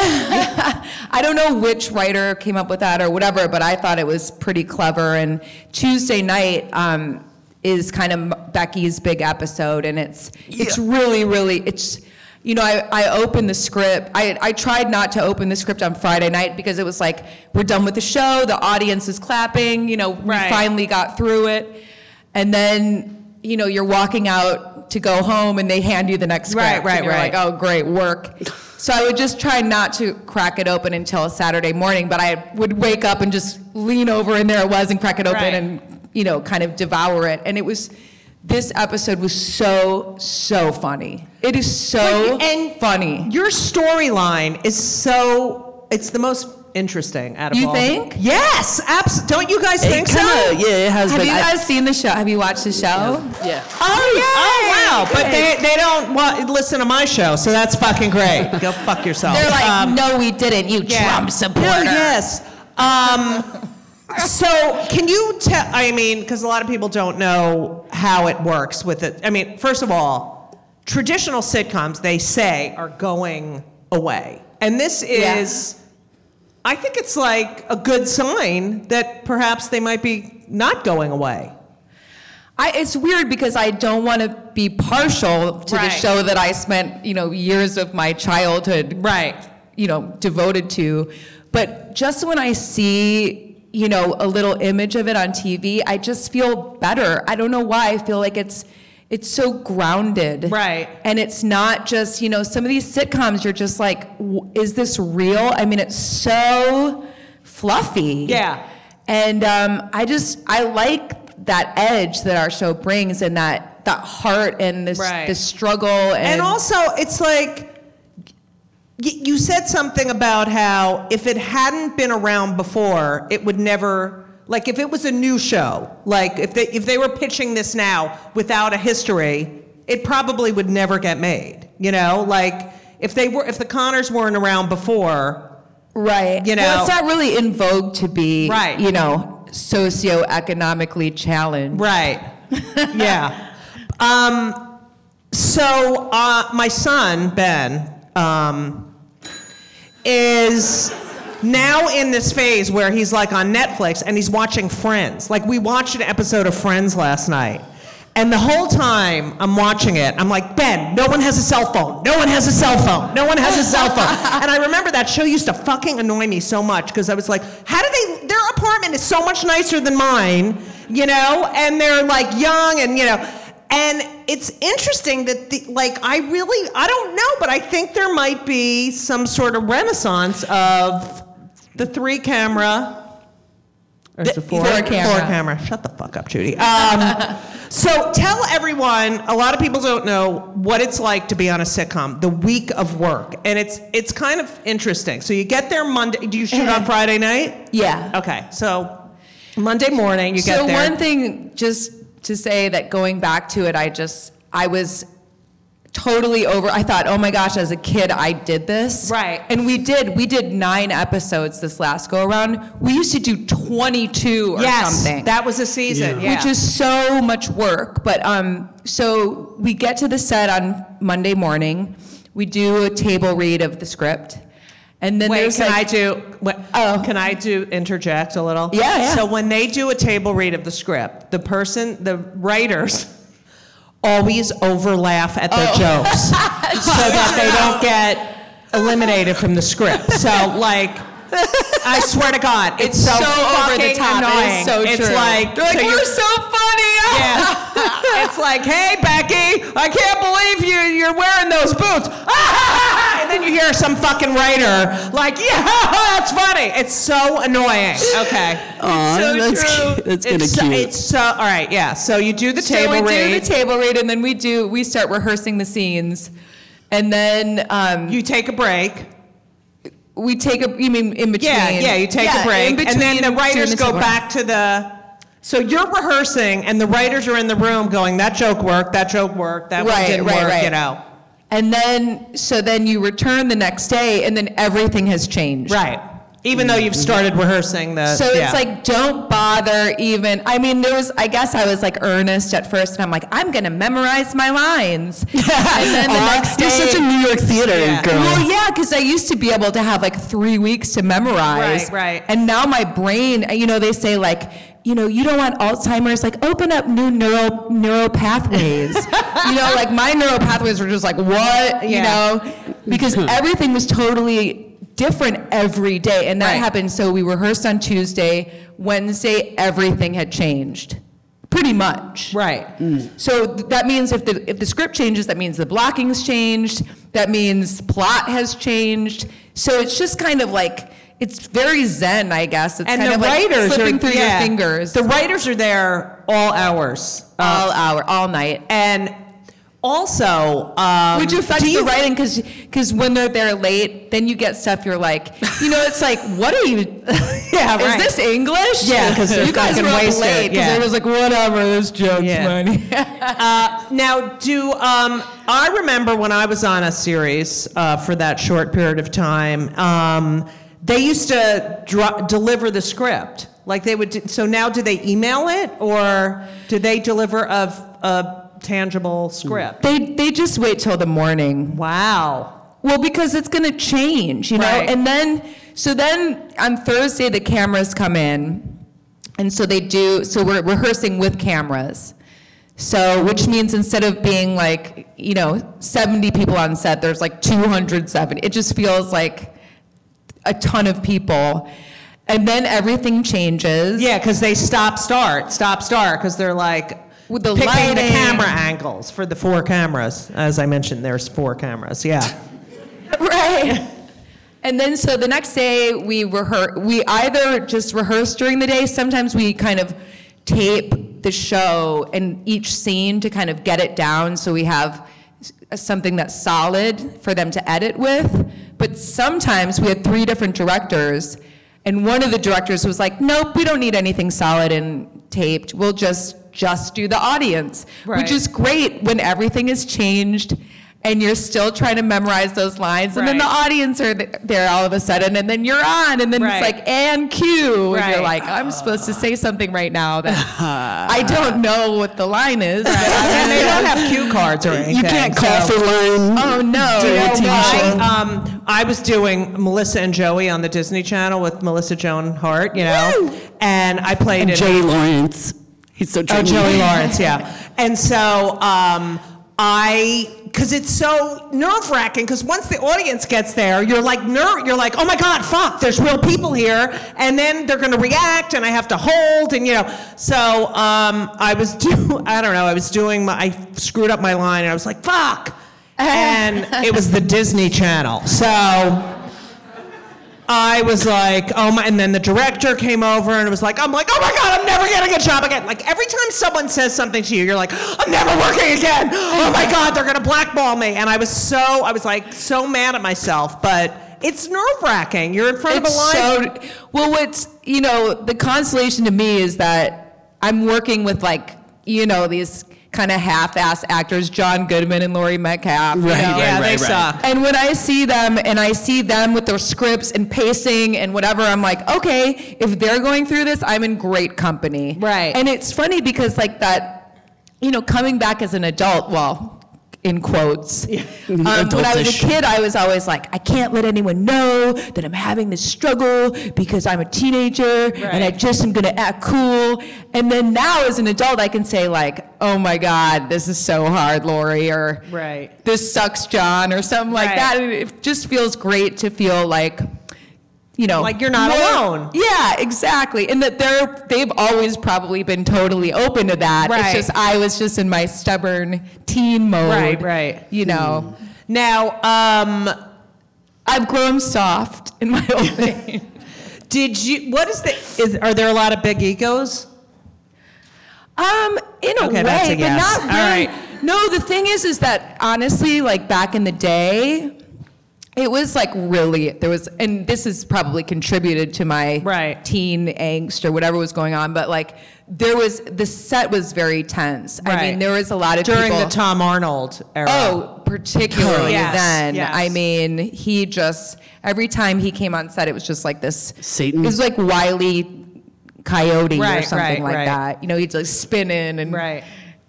Speaker 4: I don't know which writer came up with that or whatever, but I thought it was pretty clever. And Tuesday night um, is kind of Becky's big episode, and it's it's really really it's. You know, I, I opened the script. I, I tried not to open the script on Friday night because it was like, we're done with the show, the audience is clapping, you know,
Speaker 6: Right.
Speaker 4: we finally got through it. And then, you know, you're walking out to go home and they hand you the next script.
Speaker 6: Right,
Speaker 4: and
Speaker 6: right,
Speaker 4: you're
Speaker 6: right.
Speaker 4: like, oh, great work. So I would just try not to crack it open until Saturday morning, but I would wake up and just lean over and there it was and crack it open
Speaker 6: Right.
Speaker 4: and, you know, kind of devour it. And it was, this episode was so, so funny. It is so
Speaker 6: But- and
Speaker 4: funny.
Speaker 6: Your storyline is so. It's the most interesting out of
Speaker 4: You
Speaker 6: all.
Speaker 4: think?
Speaker 6: Yes, abs. Don't you guys think so?
Speaker 3: kinda- yeah, it has
Speaker 4: Have
Speaker 3: been.
Speaker 4: you
Speaker 3: I-
Speaker 4: guys seen the show? Have you watched the show?
Speaker 3: yeah.
Speaker 4: Oh, yeah.
Speaker 6: Oh wow! But they, they don't wa listen to my show, so that's fucking great. Go fuck yourself.
Speaker 4: They're like,
Speaker 6: Um,
Speaker 4: no, we didn't, you Trump supporter.
Speaker 6: No, yes. Um, so can you tell? I mean, because a lot of people don't know how it works with it. I mean, first of all, traditional sitcoms they say are going away, and this
Speaker 4: Yeah.
Speaker 6: is. I think it's like a good sign that perhaps they might be not going away.
Speaker 4: I, it's weird because I don't want to be partial to the
Speaker 6: Right.
Speaker 4: show that I spent, you know, years of my childhood,
Speaker 6: Right.
Speaker 4: you know, devoted to. But just when I see, you know, a little image of it on TV, I just feel better. I don't know why. I feel like it's it's so grounded,
Speaker 6: Right.
Speaker 4: And it's not just, you know, some of these sitcoms. You're just like, w- is this real? I mean, it's so fluffy.
Speaker 6: Yeah.
Speaker 4: And um, I just I like that edge that our show brings, and that that heart and this
Speaker 6: Right.
Speaker 4: this struggle, and,
Speaker 6: And also, it's like y- you said something about how if it hadn't been around before, it would never like if it was a new show. Like if they if they were pitching this now without a history, it probably would never get made. You know, like if they were if the Connors weren't around before,
Speaker 4: right.
Speaker 6: you
Speaker 4: well, it's
Speaker 6: know.
Speaker 4: not really in vogue to be
Speaker 6: Right.
Speaker 4: You know, socioeconomically challenged.
Speaker 6: right? yeah. Um, so uh, my son Ben. Um, is now in this phase where he's like on Netflix and he's watching Friends. Like we watched an episode of Friends last night. And the whole time I'm watching it, I'm like, Ben, no one has a cell phone. No one has a cell phone. No one has a cell phone. and I remember that show used to fucking annoy me so much because I was like, how do they, their apartment is so much nicer than mine, you know? And they're like young and, you know, and it's interesting that, the, like, I really, I don't know, but I think there might be some sort of renaissance of the three camera. Or is it four?
Speaker 4: four camera.
Speaker 6: Four camera. Shut the fuck up, Judy. Um, so tell everyone. A lot of people don't know what it's like to be on a sitcom. The week of work, and it's it's kind of interesting. So you get there Monday. Do you shoot on Friday night?
Speaker 4: Yeah.
Speaker 6: Okay. So Monday morning Oh, you
Speaker 4: so
Speaker 6: get there.
Speaker 4: one thing just to say that going back to it i just i was totally over i thought oh my gosh as a kid i did this
Speaker 6: Right.
Speaker 4: and we did we did nine episodes this last go around we used to do 22 or
Speaker 6: yes,
Speaker 4: something
Speaker 6: that was a season. Yeah.
Speaker 4: which is so much work. But um, so we get to the set on Monday morning. We do a table read of the script, and then
Speaker 6: Wait,
Speaker 4: there's
Speaker 6: can
Speaker 4: like,
Speaker 6: I do? Wait,
Speaker 4: Oh.
Speaker 6: Can I do interject a little?
Speaker 4: Yeah, yeah.
Speaker 6: So when they do a table read of the script, the person, the writers, always overlaugh at
Speaker 4: Oh.
Speaker 6: their jokes so that they don't get eliminated from the script. So like. I swear to God, it's,
Speaker 4: It's
Speaker 6: so,
Speaker 4: so over the
Speaker 6: fucking
Speaker 4: top. It
Speaker 6: Annoying.
Speaker 4: is so true.
Speaker 6: like
Speaker 4: They're like,
Speaker 6: so
Speaker 4: "We're
Speaker 6: so funny. Yeah. it's like, hey Becky, I can't believe you you're wearing those boots. Ah, ha, ha, ha. and then you hear some fucking writer like, yeah, ha, ha, that's funny. It's so annoying. Okay.
Speaker 3: Aw,
Speaker 6: so
Speaker 3: that's
Speaker 6: true.
Speaker 3: cute. That's kinda
Speaker 6: It's so-
Speaker 3: cute.
Speaker 6: It's so all right. Yeah. So you do the
Speaker 4: so
Speaker 6: table
Speaker 4: we
Speaker 6: read.
Speaker 4: do the table read, and then we do we start rehearsing the scenes, and then um,
Speaker 6: you take a break.
Speaker 4: we take a you mean in between?
Speaker 6: Yeah, yeah, you take
Speaker 4: Yeah,
Speaker 6: a break.
Speaker 4: in between
Speaker 6: and then the
Speaker 4: doing
Speaker 6: writers go
Speaker 4: table read.
Speaker 6: back to the. So you're rehearsing, and the writers are in the room going, that joke worked, that joke worked, that one
Speaker 4: Right,
Speaker 6: didn't
Speaker 4: right,
Speaker 6: work, you
Speaker 4: right.
Speaker 6: know.
Speaker 4: And then so then you return the next day, and then everything has changed.
Speaker 6: Right. Even though you've started rehearsing the.
Speaker 4: So
Speaker 6: yeah.
Speaker 4: it's like, don't bother even. I mean, there was, I guess I was like earnest at first, and I'm like, I'm going to memorize my lines. and then the
Speaker 3: Aw,
Speaker 4: next
Speaker 3: You're
Speaker 4: day.
Speaker 3: such a New York theater
Speaker 6: Yeah.
Speaker 3: girl.
Speaker 4: well, yeah, because I used to be able to have like three weeks to memorize.
Speaker 6: Right, right.
Speaker 4: And now my brain, you know, they say like, you know, you don't want Alzheimer's. Like, open up new neural neural pathways. you know, like my neural pathways were just like, what?
Speaker 6: Yeah.
Speaker 4: You know, because everything was totally different every day, and that
Speaker 6: Right.
Speaker 4: happened. So we rehearsed on Tuesday. Wednesday, everything had changed, pretty much.
Speaker 6: Right.
Speaker 4: So th- that means if the, if the script changes, that means the blocking's changed, that means plot has changed. So it's just kind of like, it's very zen, I guess. It's
Speaker 6: And
Speaker 4: kind
Speaker 6: the
Speaker 4: of
Speaker 6: writers
Speaker 4: like slipping
Speaker 6: are
Speaker 4: through
Speaker 6: yeah.
Speaker 4: your fingers Uh,
Speaker 6: The writers are there all hours. Uh,
Speaker 4: all hour, all night.
Speaker 6: And Also, um,
Speaker 4: Would you affect
Speaker 6: do
Speaker 4: the
Speaker 6: you-
Speaker 4: writing? Because when they're there late, then you get stuff you're like, you know, it's like, what are you?
Speaker 6: Yeah,
Speaker 4: is
Speaker 6: right.
Speaker 4: this English?
Speaker 6: Yeah, 'cause they're
Speaker 4: you guys
Speaker 6: fucking
Speaker 4: were up
Speaker 6: wasted,
Speaker 4: late.
Speaker 6: yeah.
Speaker 4: everyone's like, whatever, this joke's
Speaker 6: Yeah.
Speaker 4: funny.
Speaker 6: Now, do um, I remember when I was on a series uh, for that short period of time? Um, they used to dro- deliver the script, like they would. Do, so now, do they email it or do they deliver a, a tangible script?
Speaker 4: They they just wait till the
Speaker 6: Mm.
Speaker 4: morning.
Speaker 6: Wow.
Speaker 4: Well, because it's going to change, you know?
Speaker 6: Right.
Speaker 4: And then, so then on Thursday, the cameras come in. And so they do, so we're rehearsing with cameras. So, which means instead of being like, you know, 70 people on set, there's like 270. It just feels like a ton of people. And then everything changes.
Speaker 6: Yeah, because they stop, start, stop, start, because they're like
Speaker 4: With the
Speaker 6: picking the
Speaker 4: lighting.
Speaker 6: camera angles for the four cameras. As I mentioned, there's four cameras. Yeah.
Speaker 4: right. And then so the next day we rehearse. We either just rehearse during the day. Sometimes we kind of tape the show and each scene to kind of get it down, so we have s- something that's solid for them to edit with. But sometimes we had three different directors, and one of the directors was like, "Nope, we don't need anything solid and taped. We'll just just do the audience,"
Speaker 6: Right.
Speaker 4: which is great when everything is changed and you're still trying to memorize those lines and then the
Speaker 6: Right.
Speaker 4: audience are th- there all of a sudden and then you're on and then
Speaker 6: Right.
Speaker 4: it's like and cue and
Speaker 6: Right.
Speaker 4: you're like i'm supposed to say something right now that i don't know what the line is but
Speaker 6: and they don't
Speaker 4: I'm-
Speaker 6: have cue cards or anything.
Speaker 3: You can't call
Speaker 6: so-
Speaker 3: for line.
Speaker 4: oh no
Speaker 3: Do
Speaker 4: no,
Speaker 3: a TV
Speaker 4: why?
Speaker 3: show.
Speaker 6: I, um, I was doing Melissa and Joey on the Disney Channel with Melissa Joan Hart, you know, and I played
Speaker 3: And
Speaker 6: in
Speaker 3: Joey Lawrence. He's so
Speaker 6: Oh,
Speaker 3: trendy.
Speaker 6: Joey Lawrence, yeah. And so um, I, because it's so nerve wracking. Because once the audience gets there, you're like ner- You're like, oh my god, fuck, there's real people here, and then they're gonna react, and I have to hold, and you know. So um, I was do, I don't know, I was doing my, I screwed up my line, and I was like, fuck, and it was the Disney Channel, so. I was like, oh my, and then the director came over and was like, I'm like, oh my God, I'm never getting a job again. Like every time someone says something to you, you're like, I'm never working again. Oh my God, they're gonna blackball me. And I was so, I was like so mad at myself, but it's nerve wracking. You're in front of a line.
Speaker 4: It's so well. What's you know the consolation to me is that I'm working with like you know these kind of half-ass actors, John Goodman and Laurie Metcalf. you
Speaker 3: Right,
Speaker 4: know?
Speaker 3: right,
Speaker 6: yeah, they
Speaker 3: right, right.
Speaker 6: suck.
Speaker 4: And when I see them and I see them with their scripts and pacing and whatever, I'm like, okay, if they're going through this, I'm in great company.
Speaker 6: Right.
Speaker 4: And it's funny because like that, you know, coming back as an adult, well, in quotes. Um, when I was a
Speaker 3: Adultish.
Speaker 4: kid, I was always like, I can't let anyone know that I'm having this struggle because I'm a teenager and I
Speaker 6: Right.
Speaker 4: just am gonna act cool. And then now as an adult, I can say like, oh my God, this is so hard, Lori, or
Speaker 6: Right.
Speaker 4: this sucks, John, or something like
Speaker 6: Right.
Speaker 4: that. And it just feels great to feel like, you know,
Speaker 6: Like you're not alone.
Speaker 4: Yeah, exactly. And that they're they've always probably been totally open to that.
Speaker 6: Right.
Speaker 4: It's just I was just in my stubborn teen mode.
Speaker 6: Right, right. Hmm.
Speaker 4: You know,
Speaker 6: Now, um,
Speaker 4: I've grown soft in my old age.
Speaker 6: did you, what is the, is, are there a lot of big egos?
Speaker 4: Um, in a
Speaker 6: Okay,
Speaker 4: way,
Speaker 6: that's a
Speaker 4: but
Speaker 6: yes.
Speaker 4: not
Speaker 6: All
Speaker 4: really.
Speaker 6: right.
Speaker 4: No, the thing is, is that honestly, like back in the day, it was like really there was, and this is probably contributed to my
Speaker 6: Right.
Speaker 4: teen angst or whatever was going on. But like, there was the set was very tense. I
Speaker 6: Right.
Speaker 4: mean, there was a lot of
Speaker 6: During
Speaker 4: people,
Speaker 6: the Tom Arnold era.
Speaker 4: Oh, particularly
Speaker 6: Yes,
Speaker 4: then.
Speaker 6: yes.
Speaker 4: I mean, he just every time he came on set, it was just like this.
Speaker 3: Satan.
Speaker 4: It was like Wiley Coyote
Speaker 6: Right,
Speaker 4: or
Speaker 6: right,
Speaker 4: something like
Speaker 6: right.
Speaker 4: that. You know, he'd like spin in and.
Speaker 6: Right.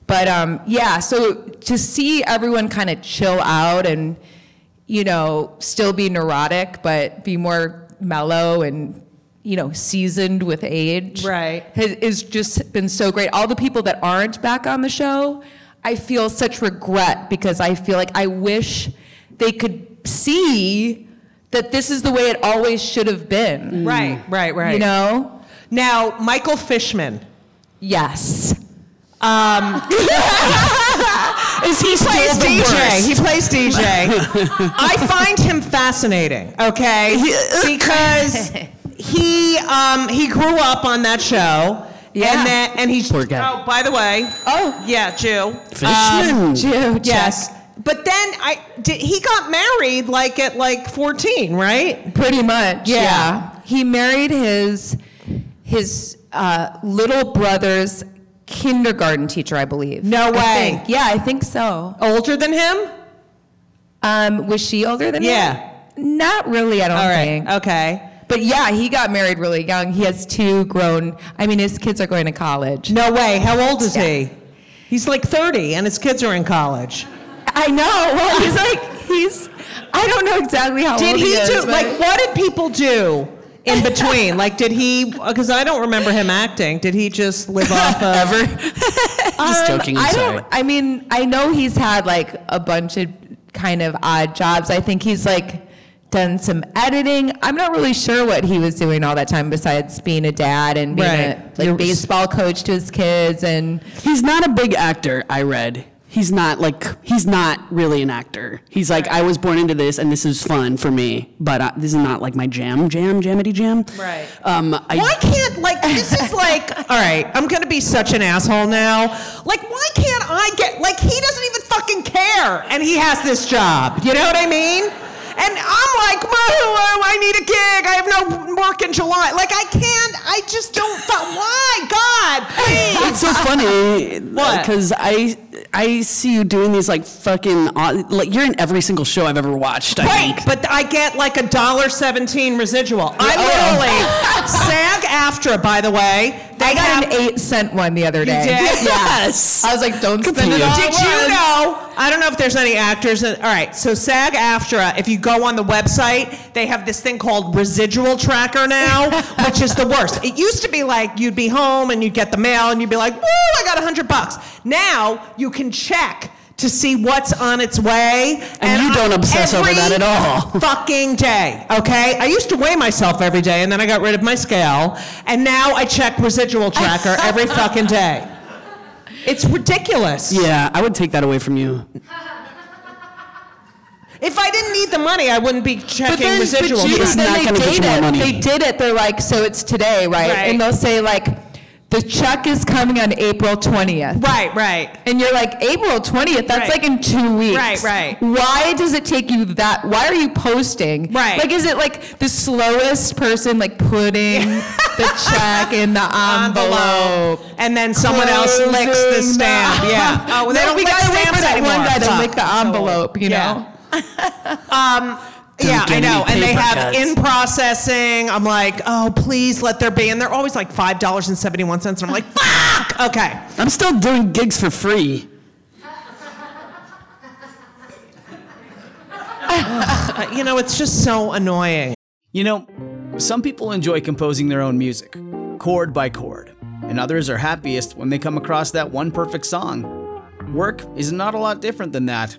Speaker 4: But um, yeah, so to see everyone kind of chill out and you know still be neurotic, but be more mellow and you know seasoned with age
Speaker 6: Right.
Speaker 4: has, is just been so great. All the people that aren't back on the show, I feel such regret because I feel like I wish they could see that this is the way it always should have been.
Speaker 6: Right, right, right.
Speaker 4: You know?
Speaker 6: Mm. Now, Michael Fishman.
Speaker 4: Yes.
Speaker 3: Is he still
Speaker 6: plays
Speaker 3: the
Speaker 6: DJ.
Speaker 3: worst?
Speaker 6: He plays DJ. I find him fascinating. Okay, because he um, he grew up on that show.
Speaker 4: Yeah.
Speaker 6: And then and he's
Speaker 3: Poor guy.
Speaker 6: Oh, by the way.
Speaker 4: Oh.
Speaker 6: Yeah, Jew.
Speaker 3: Fishman.
Speaker 4: Jew,
Speaker 6: Mm. Yes.
Speaker 4: check.
Speaker 6: But then I did, he got married like at like 14, right?
Speaker 4: Pretty much.
Speaker 6: Yeah.
Speaker 4: He married his his uh, little brother's kindergarten teacher, I believe.
Speaker 6: No
Speaker 4: I
Speaker 6: way. Oh.
Speaker 4: think. Yeah, I think so.
Speaker 6: Older than him?
Speaker 4: Um, was she older than
Speaker 6: Yeah.
Speaker 4: him? Not really, I don't
Speaker 6: All right.
Speaker 4: think.
Speaker 6: Okay.
Speaker 4: But yeah, he got married really young. He has two grown. I mean, his kids are going to college.
Speaker 6: No way. How old is he? He's like 30 and his kids are in college.
Speaker 4: I know. Well, he's like he's. I don't know exactly how
Speaker 6: Did
Speaker 4: old
Speaker 6: he
Speaker 4: is,
Speaker 6: do
Speaker 4: but-
Speaker 6: like what did people do in between? like did he cuz I don't remember him acting. Did he just live off of
Speaker 3: Ever? Just joking. I'm
Speaker 4: I
Speaker 3: sorry.
Speaker 4: don't. I mean, I know he's had like a bunch of kind of odd jobs. I think he's like done some editing. I'm not really sure what he was doing all that time besides being a dad and being
Speaker 6: Right.
Speaker 4: a like
Speaker 3: You're-
Speaker 4: baseball coach to his kids and
Speaker 3: He's not a big actor, I read. He's not like he's not really an actor. He's like I was born into this and this is fun for me, but uh, this is not like my jam, jam, jamity jam.
Speaker 4: Right.
Speaker 3: Um I
Speaker 6: Why can't like this is like all right, I'm gonna be such an asshole now. Like why can't I get like he doesn't even fucking care and he has this job. You know what I mean? And I'm like, whoa, I need a gig. I have no work in July. Like I can't. I just don't. fu- Why, God, please.
Speaker 3: it's so funny
Speaker 6: What?
Speaker 3: because I I see you doing these like fucking au- like you're in every single show I've ever watched. I
Speaker 6: Right,
Speaker 3: think.
Speaker 6: but I get like a dollar seventeen residual. I
Speaker 4: Oh.
Speaker 3: Yeah.
Speaker 6: literally SAG AFTRA, by the way. They
Speaker 4: I got
Speaker 6: have-
Speaker 4: an eight cent one the other day.
Speaker 6: did?
Speaker 3: Yes.
Speaker 4: I was like, don't
Speaker 3: Good
Speaker 4: spend
Speaker 3: for
Speaker 4: it
Speaker 3: you.
Speaker 4: all.
Speaker 6: Did
Speaker 4: at
Speaker 6: you
Speaker 4: once.
Speaker 6: know? I don't know if there's any actors. In, all right, so SAG AFTRA, if you go on the website, they have this thing called residual tracker now, which is the worst. It used to be like you'd be home and you'd get the mail and you'd be like, woo, I got 100 bucks. Now you can check. To see what's on its way,
Speaker 3: And you don't
Speaker 6: I-
Speaker 3: obsess over
Speaker 6: every
Speaker 3: that at all.
Speaker 6: Fucking day, okay? I used to weigh myself every day, and then I got rid of my scale, and now I check residual tracker every fucking day. It's ridiculous.
Speaker 3: Yeah, I would take that away from you.
Speaker 6: If I didn't need the money, I wouldn't be checking
Speaker 4: then-
Speaker 6: residual.
Speaker 4: But you,
Speaker 6: checks.
Speaker 3: It's
Speaker 4: then
Speaker 3: not
Speaker 4: they
Speaker 3: gonna get
Speaker 4: date
Speaker 3: you more
Speaker 4: it.
Speaker 3: money.
Speaker 4: They did it. They're like, so it's today, right?
Speaker 6: Right.
Speaker 4: And they'll say like, the check is coming on April twentieth.
Speaker 6: right, right.
Speaker 4: And you're like, April 20th, that's
Speaker 6: Right.
Speaker 4: like in two weeks.
Speaker 6: Right, right.
Speaker 4: Why does it take you that? Why are you posting?
Speaker 6: Right.
Speaker 4: Like, is it like the slowest person, like putting the check in the envelope?
Speaker 6: And then someone else
Speaker 4: Closing
Speaker 6: licks the
Speaker 4: the-
Speaker 6: stamp. Yeah. Oh, they
Speaker 4: No,
Speaker 6: don't
Speaker 4: we
Speaker 6: lick
Speaker 4: gotta wait for
Speaker 6: stamps
Speaker 4: that
Speaker 6: anymore.
Speaker 4: one guy to
Speaker 6: Fuck.
Speaker 4: lick the
Speaker 6: So old.
Speaker 4: envelope, you
Speaker 6: Yeah.
Speaker 4: know?
Speaker 6: Yeah,
Speaker 3: get
Speaker 6: I know.
Speaker 3: any
Speaker 6: And they
Speaker 3: paper
Speaker 6: have
Speaker 3: cuts.
Speaker 6: in processing. I'm like, oh, please let there be. And they're always like five dollars and seventy one cents. And I'm like, fuck. Okay.
Speaker 3: I'm still doing gigs for free.
Speaker 6: Uh, you know, it's just so annoying.
Speaker 5: You know, some people enjoy composing their own music, chord by chord, and others are happiest when they come across that one perfect song. Work is not a lot different than that.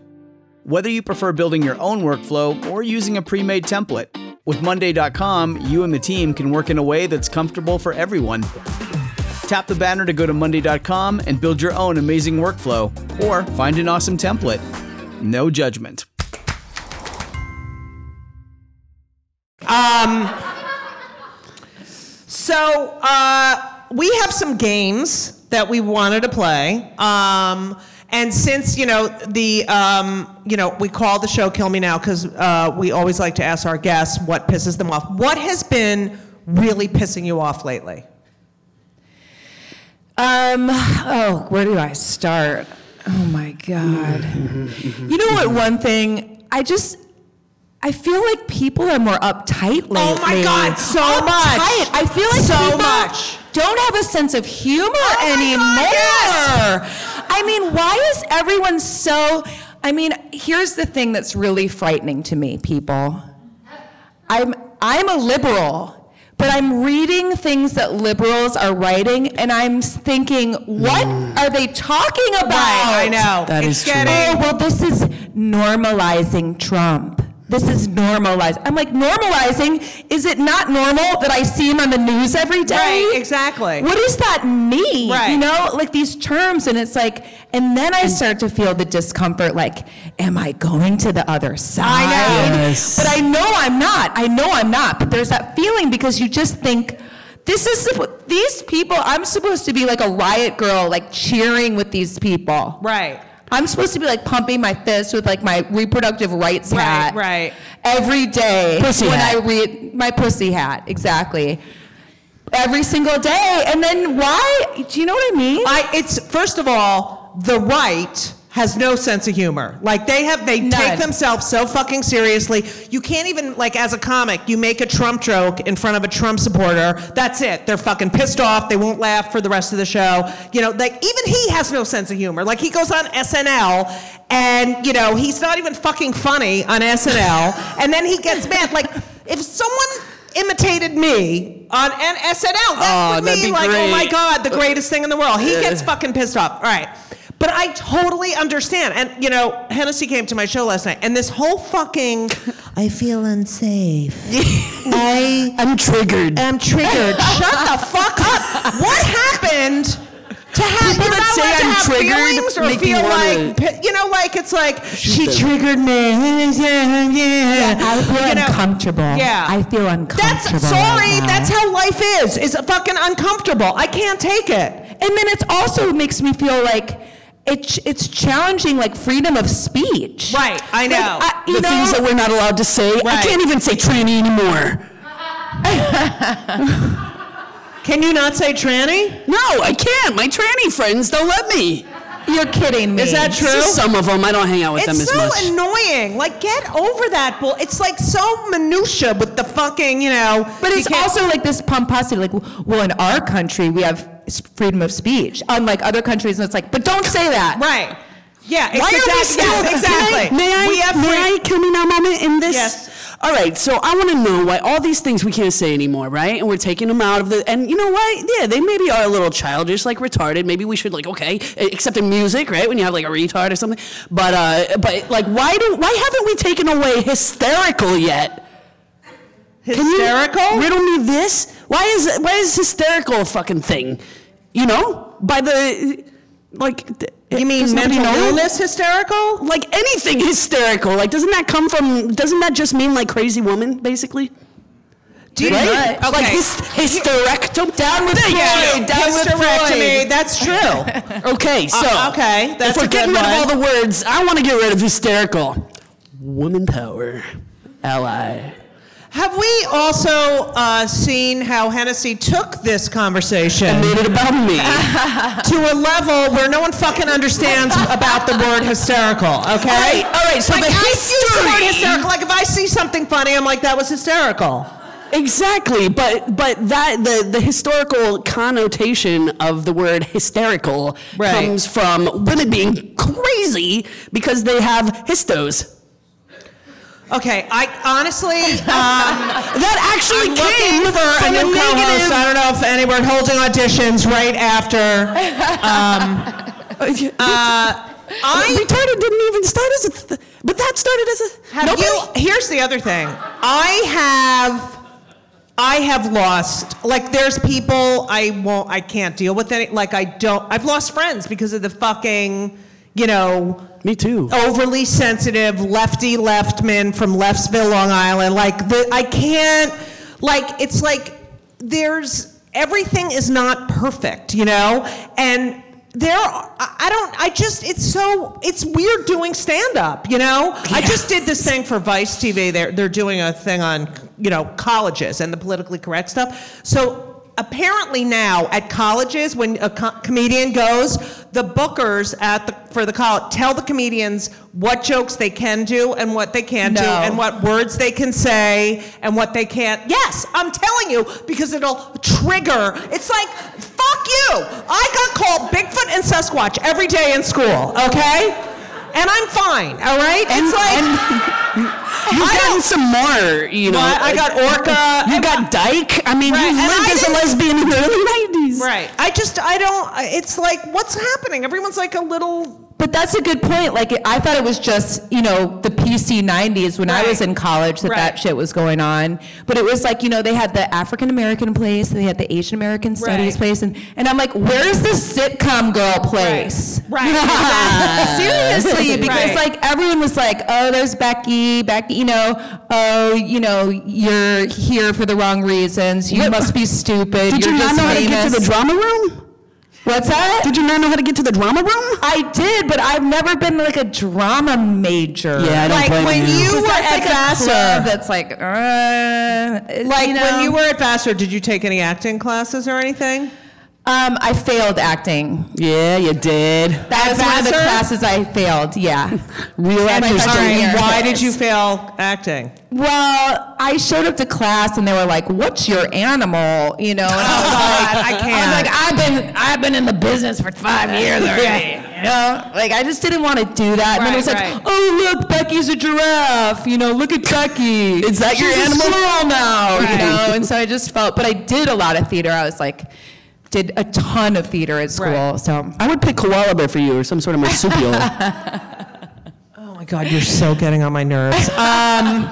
Speaker 5: Whether you prefer building your own workflow or using a pre made template, with Monday.com, you and the team can work in a way that's comfortable for everyone. Tap the banner to go to Monday.com and build your own amazing workflow, or find an awesome template. No judgment.
Speaker 6: So uh, we have some games that we wanted to play, um, and since you know the um, you know we call the show "Kill Me Now" because uh, we always like to ask our guests what pisses them off. What has been really pissing you off lately?
Speaker 4: Um, oh, where do I start? Oh my God. you know what, one thing, I just, I feel like people are more uptight lately.
Speaker 6: Oh my God, so
Speaker 4: uptight.
Speaker 6: much.
Speaker 4: I feel like
Speaker 6: So
Speaker 4: people
Speaker 6: much.
Speaker 4: don't have a sense of humor
Speaker 6: Oh my God,
Speaker 4: anymore.
Speaker 6: yes.
Speaker 4: I mean, why is everyone so, I mean, here's the thing that's really frightening to me, people. I'm I'm a liberal, but I'm reading things that liberals are writing, and I'm thinking, what are they talking about?
Speaker 6: Mm. Right, I know.
Speaker 3: That
Speaker 6: it's
Speaker 3: is true.
Speaker 6: getting,
Speaker 4: Oh well, this is normalizing Trump. This is normalized. I'm like, normalizing? Is it not normal that I see him on the news every day?
Speaker 6: Right, exactly.
Speaker 4: What does that mean?
Speaker 6: Right.
Speaker 4: You know, like these terms, and it's like, and then I start to feel the discomfort like, am I going to the other side?
Speaker 3: Yes.
Speaker 4: But I know I'm not. I know I'm not. But there's that feeling because you just think This is suppo- these people. I'm supposed to be like a riot girl, like cheering with these people.
Speaker 6: Right.
Speaker 4: I'm supposed to be like pumping my fist with like my reproductive rights
Speaker 6: Right,
Speaker 4: hat.
Speaker 6: right.
Speaker 4: Every day
Speaker 3: Pussy
Speaker 4: when
Speaker 3: hat.
Speaker 4: I read my pussy hat exactly. Every single day, and then why? Do you know what I mean?
Speaker 6: I, it's first of all, the right has no sense of humor. Like they have, they take
Speaker 4: None.
Speaker 6: themselves so fucking seriously. You can't even like as a comic, you make a Trump joke in front of a Trump supporter. That's it. They're fucking pissed off. They won't laugh for the rest of the show. You know, like even he has no sense of humor. Like he goes on SNL and you know he's not even fucking funny on SNL, and then he gets mad. Like if someone imitated me on an SNL, that
Speaker 3: Oh,
Speaker 6: would
Speaker 3: that'd
Speaker 6: mean
Speaker 3: be
Speaker 6: like oh my
Speaker 3: great.
Speaker 6: god god, the greatest thing in the world. He gets
Speaker 3: Ugh.
Speaker 6: fucking pissed off. All right. But I totally understand. And, you know, Hennessy came to my show last night, and this whole fucking, I feel unsafe. I
Speaker 3: I'm triggered.
Speaker 6: am triggered. Shut the fuck up. What happened to have
Speaker 3: People
Speaker 6: you're
Speaker 3: that
Speaker 6: not
Speaker 3: say
Speaker 6: allowed to
Speaker 3: I'm
Speaker 6: have
Speaker 3: triggered
Speaker 6: feelings or
Speaker 3: make me
Speaker 6: feel
Speaker 3: wanna-
Speaker 6: like, pi- you know, like it's like, she
Speaker 3: them.
Speaker 6: triggered me. yeah,
Speaker 4: I feel
Speaker 6: You know,
Speaker 4: uncomfortable.
Speaker 6: Yeah.
Speaker 4: I feel
Speaker 6: That's
Speaker 4: uncomfortable.
Speaker 6: sorry.
Speaker 4: right now.
Speaker 6: that's how life is. It's fucking uncomfortable. I can't take it.
Speaker 4: And then it's also makes me feel like it's it's challenging like freedom of speech.
Speaker 6: Right, I
Speaker 4: Like,
Speaker 6: know.
Speaker 4: I- you
Speaker 3: the
Speaker 4: know,
Speaker 3: things that we're not allowed to say. I
Speaker 6: Right.
Speaker 3: can't even say tranny anymore.
Speaker 6: Can you not say tranny?
Speaker 3: No, I can't. My tranny friends don't let me.
Speaker 4: you're kidding me.
Speaker 6: Is that
Speaker 3: It's
Speaker 6: true?
Speaker 3: just some of them. I don't hang out with them
Speaker 6: It's
Speaker 3: as
Speaker 6: so
Speaker 3: much.
Speaker 6: annoying. Like, get over that bull. It's like so minutia with the fucking, you know.
Speaker 4: But
Speaker 6: you
Speaker 4: it's
Speaker 6: can't-
Speaker 4: also like this pomposity. Like, well, in our country we have s- freedom of speech, unlike other countries. And it's like, but don't say that.
Speaker 6: right. Yeah.
Speaker 3: Why
Speaker 6: exactly.
Speaker 3: are we still?
Speaker 6: yes, exactly.
Speaker 3: May I?
Speaker 6: We have
Speaker 3: may
Speaker 6: free-
Speaker 3: I come in a moment in this?
Speaker 6: Yes.
Speaker 3: All right. So I want to know why all these things we can't say anymore, right? And we're taking them out of the. And you know what? Yeah, they maybe are a little childish, like retarded. Maybe we should like okay, e, except in music, right? When you have like a retard or something. But uh, but like why do why haven't we taken away hysterical yet? Can you
Speaker 6: hysterical.
Speaker 3: riddle me this. Why is why is hysterical a fucking thing? You know, by the like.
Speaker 6: You mean
Speaker 3: does nobody
Speaker 6: mental
Speaker 3: know?
Speaker 6: illness hysterical?
Speaker 3: like anything hysterical. Like, doesn't that come from? Doesn't that just mean like crazy woman, basically?
Speaker 6: Do you
Speaker 3: right?
Speaker 6: Okay.
Speaker 3: Like hys- hysterectomy. Down with
Speaker 6: yeah, hysterectomy. That's true.
Speaker 3: Okay, so
Speaker 6: Uh, okay, that's
Speaker 3: if
Speaker 6: a
Speaker 3: we're getting
Speaker 6: good
Speaker 3: rid
Speaker 6: one.
Speaker 3: of all the words, I want to get rid of hysterical. Woman power, ally.
Speaker 6: Have we also uh, seen how Hennessy took this conversation
Speaker 3: Made it about me.
Speaker 6: to a level where no one fucking understands about the word hysterical? Okay.
Speaker 3: Right, all right, so
Speaker 6: like,
Speaker 3: the
Speaker 6: I use the word
Speaker 3: history-
Speaker 6: hysterical. Like if I see something funny, I'm like, that was hysterical.
Speaker 3: exactly, but but that the the historical connotation of the word hysterical
Speaker 6: Right.
Speaker 3: comes from women being crazy because they have histos.
Speaker 6: Okay. I honestly, um,
Speaker 3: That actually
Speaker 6: I'm
Speaker 3: came
Speaker 6: looking for a
Speaker 3: from a
Speaker 6: new co-host. I
Speaker 3: negative.
Speaker 6: don't know if any. We're holding auditions right after. I-
Speaker 3: retarded didn't even start as a, th- but that started as a.
Speaker 6: Have
Speaker 3: nobody-
Speaker 6: you? Here's the other thing. I have, I have lost. Like, there's people I won't. I can't deal with any. Like, I don't. I've lost friends because of the fucking, you know,
Speaker 3: Me too.
Speaker 6: overly sensitive lefty leftman from Leftsville, Long Island. Like, the, I can't. Like, it's like there's everything is not perfect, you know, and. There, are- I I don't. I just. It's so. It's weird doing stand up. You know. I just did this thing for Vice TV. They're they're doing a thing on you know colleges and the politically correct stuff. So apparently now at colleges when a co- comedian goes the bookers at the for the college tell the comedians what jokes they can do and what they can't do
Speaker 4: No.
Speaker 6: and what words they can say and what they can't yes i'm telling you because it'll trigger it's like fuck you i got called bigfoot and sasquatch every day in school okay and i'm fine all right it's like
Speaker 3: You've
Speaker 6: I
Speaker 3: gotten
Speaker 6: don't-
Speaker 3: some more, you know.
Speaker 6: What? I got orca.
Speaker 3: You got dyke. I mean,
Speaker 6: Right,
Speaker 3: you
Speaker 6: and
Speaker 3: lived
Speaker 6: I
Speaker 3: as a
Speaker 6: didn't-
Speaker 3: lesbian in the early 90s.
Speaker 6: Right. I just, I don't, it's like, what's happening? Everyone's like a little
Speaker 4: But that's a good point. Like, I thought it was just you know the PC 90s when I was
Speaker 1: Right.
Speaker 4: in college that
Speaker 1: Right.
Speaker 4: that shit was going on. But it was like, you know, they had the African American place, they had the Asian American studies
Speaker 1: Right.
Speaker 4: place. And, and I'm like, where's the sitcom girl place?
Speaker 1: Right.
Speaker 4: Seriously,
Speaker 1: Right.
Speaker 4: because like everyone was like, oh, there's Becky, Becky, you know, oh, you know, you're here for the wrong reasons. You
Speaker 3: What-
Speaker 4: must be stupid.
Speaker 3: Did
Speaker 4: you're
Speaker 3: you not
Speaker 4: just
Speaker 3: know how to
Speaker 4: famous.
Speaker 3: get to the drama room?
Speaker 4: What's that?
Speaker 3: Did you not know how to get to the drama room?
Speaker 4: I did, but I've never been like a drama major.
Speaker 3: Yeah, I don't
Speaker 6: Like
Speaker 3: blame
Speaker 6: when
Speaker 3: you.
Speaker 6: you were
Speaker 4: That's
Speaker 6: at
Speaker 4: like a club
Speaker 6: Vassar,
Speaker 4: that's like, uh,
Speaker 6: like
Speaker 4: you know.
Speaker 6: when you were at Vassar, did you take any acting classes or anything?
Speaker 4: Um, I failed acting.
Speaker 3: Yeah, you did.
Speaker 4: That was one of the
Speaker 6: Vassar?
Speaker 4: classes I failed. Yeah.
Speaker 3: Real
Speaker 4: And my
Speaker 3: actors
Speaker 4: freshman
Speaker 3: don't-
Speaker 4: year.
Speaker 6: Why did you fail acting?
Speaker 4: Well, I showed up to class and they were like, "What's your animal?" You know, and I was
Speaker 6: God,
Speaker 4: like,
Speaker 6: I
Speaker 4: I was like,
Speaker 6: can't.
Speaker 4: "I've been, I've been in the business for five years already." You know, like I just didn't want to do that. and then it was like,
Speaker 6: Right, right.
Speaker 4: "Oh look, Becky's a giraffe." You know, look at Becky.
Speaker 3: Is that
Speaker 4: She's
Speaker 3: your
Speaker 4: a
Speaker 3: animal?"
Speaker 4: squirrel now? You
Speaker 3: Right.
Speaker 4: know, and so I just felt, but I did a lot of theater. I was like, did a ton of theater at school.
Speaker 6: Right.
Speaker 4: So
Speaker 3: I would pick koala bear for you or some sort of marsupial.
Speaker 6: Oh my God, you're so getting on my nerves. Um,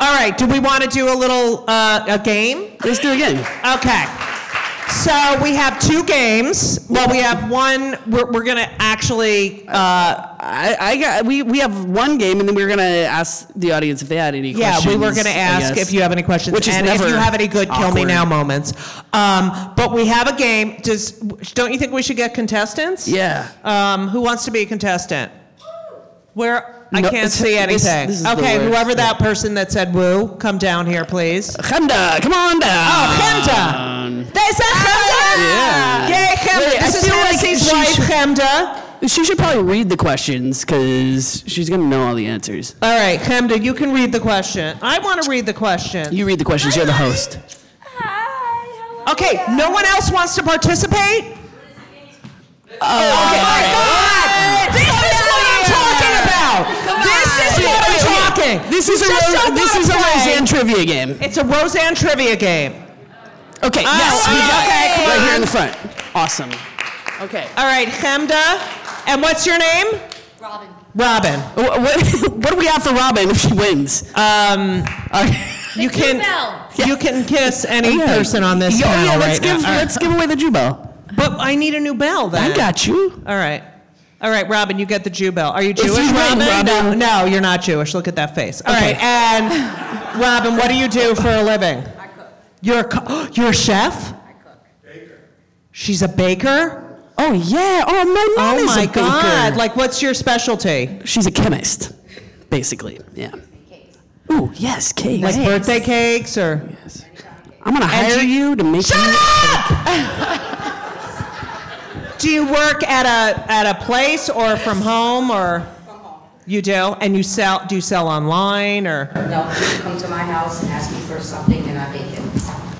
Speaker 6: all right, do we want to do a little uh, a game?
Speaker 3: Let's do it again.
Speaker 6: Okay. So we have two games. Well, we have one. We're, we're gonna actually. Uh,
Speaker 3: I, I got we, we have one game and then we were gonna ask the audience if they had any
Speaker 6: yeah,
Speaker 3: questions.
Speaker 6: we were gonna
Speaker 3: I
Speaker 6: ask
Speaker 3: guess.
Speaker 6: if you have any questions,
Speaker 3: Which is
Speaker 6: and if
Speaker 3: never
Speaker 6: you have any good kill me
Speaker 3: awkward.
Speaker 6: now moments. Um, but we have a game. Does don't you think we should get contestants?
Speaker 3: Yeah.
Speaker 6: Um, who wants to be a contestant? Where I
Speaker 3: No,
Speaker 6: can't
Speaker 3: it's-
Speaker 6: see
Speaker 3: this-
Speaker 6: anything.
Speaker 3: this is the
Speaker 6: okay,
Speaker 3: worst.
Speaker 6: whoever that person that said woo, come down here, please.
Speaker 3: Chanda, come on down.
Speaker 6: Oh, Chanda. That's a Chanda.
Speaker 3: Yeah.
Speaker 6: Yay, Chanda.
Speaker 3: Wait, I
Speaker 6: this is
Speaker 3: feel like
Speaker 6: Hennessy's
Speaker 3: she
Speaker 6: wife,
Speaker 3: should-
Speaker 6: Chanda.
Speaker 3: She should probably read the questions because she's gonna know all the answers.
Speaker 6: All right, Chanda, you can read the question. I want to read the question.
Speaker 3: You read the questions. You're the host.
Speaker 7: Hi, how are
Speaker 6: Okay,
Speaker 7: ya?
Speaker 6: no one else wants to participate?
Speaker 3: Okay.
Speaker 6: My God! This is what I'm talking about. This is what I'm talking.
Speaker 3: This is a Ro-
Speaker 6: don't
Speaker 3: this
Speaker 6: wanna
Speaker 3: is a
Speaker 6: play.
Speaker 3: Roseanne trivia game.
Speaker 6: It's a Roseanne trivia game.
Speaker 3: Okay. yes. We got
Speaker 6: Oh, okay, come
Speaker 3: right here
Speaker 6: on.
Speaker 3: in the front. Awesome. Okay.
Speaker 6: All right, Chemda. And what's your name? Robin. Robin.
Speaker 3: What, what, what do we have for Robin if she wins?
Speaker 6: Um, you can
Speaker 7: bell.
Speaker 6: you can kiss any
Speaker 3: Yeah.
Speaker 6: person on this
Speaker 3: Yeah,
Speaker 6: panel
Speaker 3: yeah,
Speaker 6: right
Speaker 3: let's
Speaker 6: now.
Speaker 3: give
Speaker 6: All right.
Speaker 3: let's give away the Jubel.
Speaker 6: But I need a new bell then.
Speaker 3: I got you.
Speaker 6: All right. All right, Robin, you get the Jew bell. Are you Jewish,
Speaker 3: you win,
Speaker 6: No,
Speaker 3: Robin.
Speaker 6: no, you're not Jewish. Look at that face. All right,
Speaker 3: Okay.
Speaker 6: and Robin, what do you do for a living? I cook. You're a co- you're a chef. I cook. Baker. She's a baker.
Speaker 3: Oh yeah. Oh my mom
Speaker 6: oh
Speaker 3: is
Speaker 6: my
Speaker 3: a baker.
Speaker 6: God! Like, what's your specialty?
Speaker 3: She's a chemist, basically. Yeah. Ooh, yes, cake.
Speaker 6: Like birthday cakes or?
Speaker 3: I'm gonna hire
Speaker 6: she-
Speaker 3: you to make. you-
Speaker 6: Do you work at a at a place or from home or? From home. You do, and you sell. Do you sell online or?
Speaker 8: No, people come to my house and ask me for something and I make it.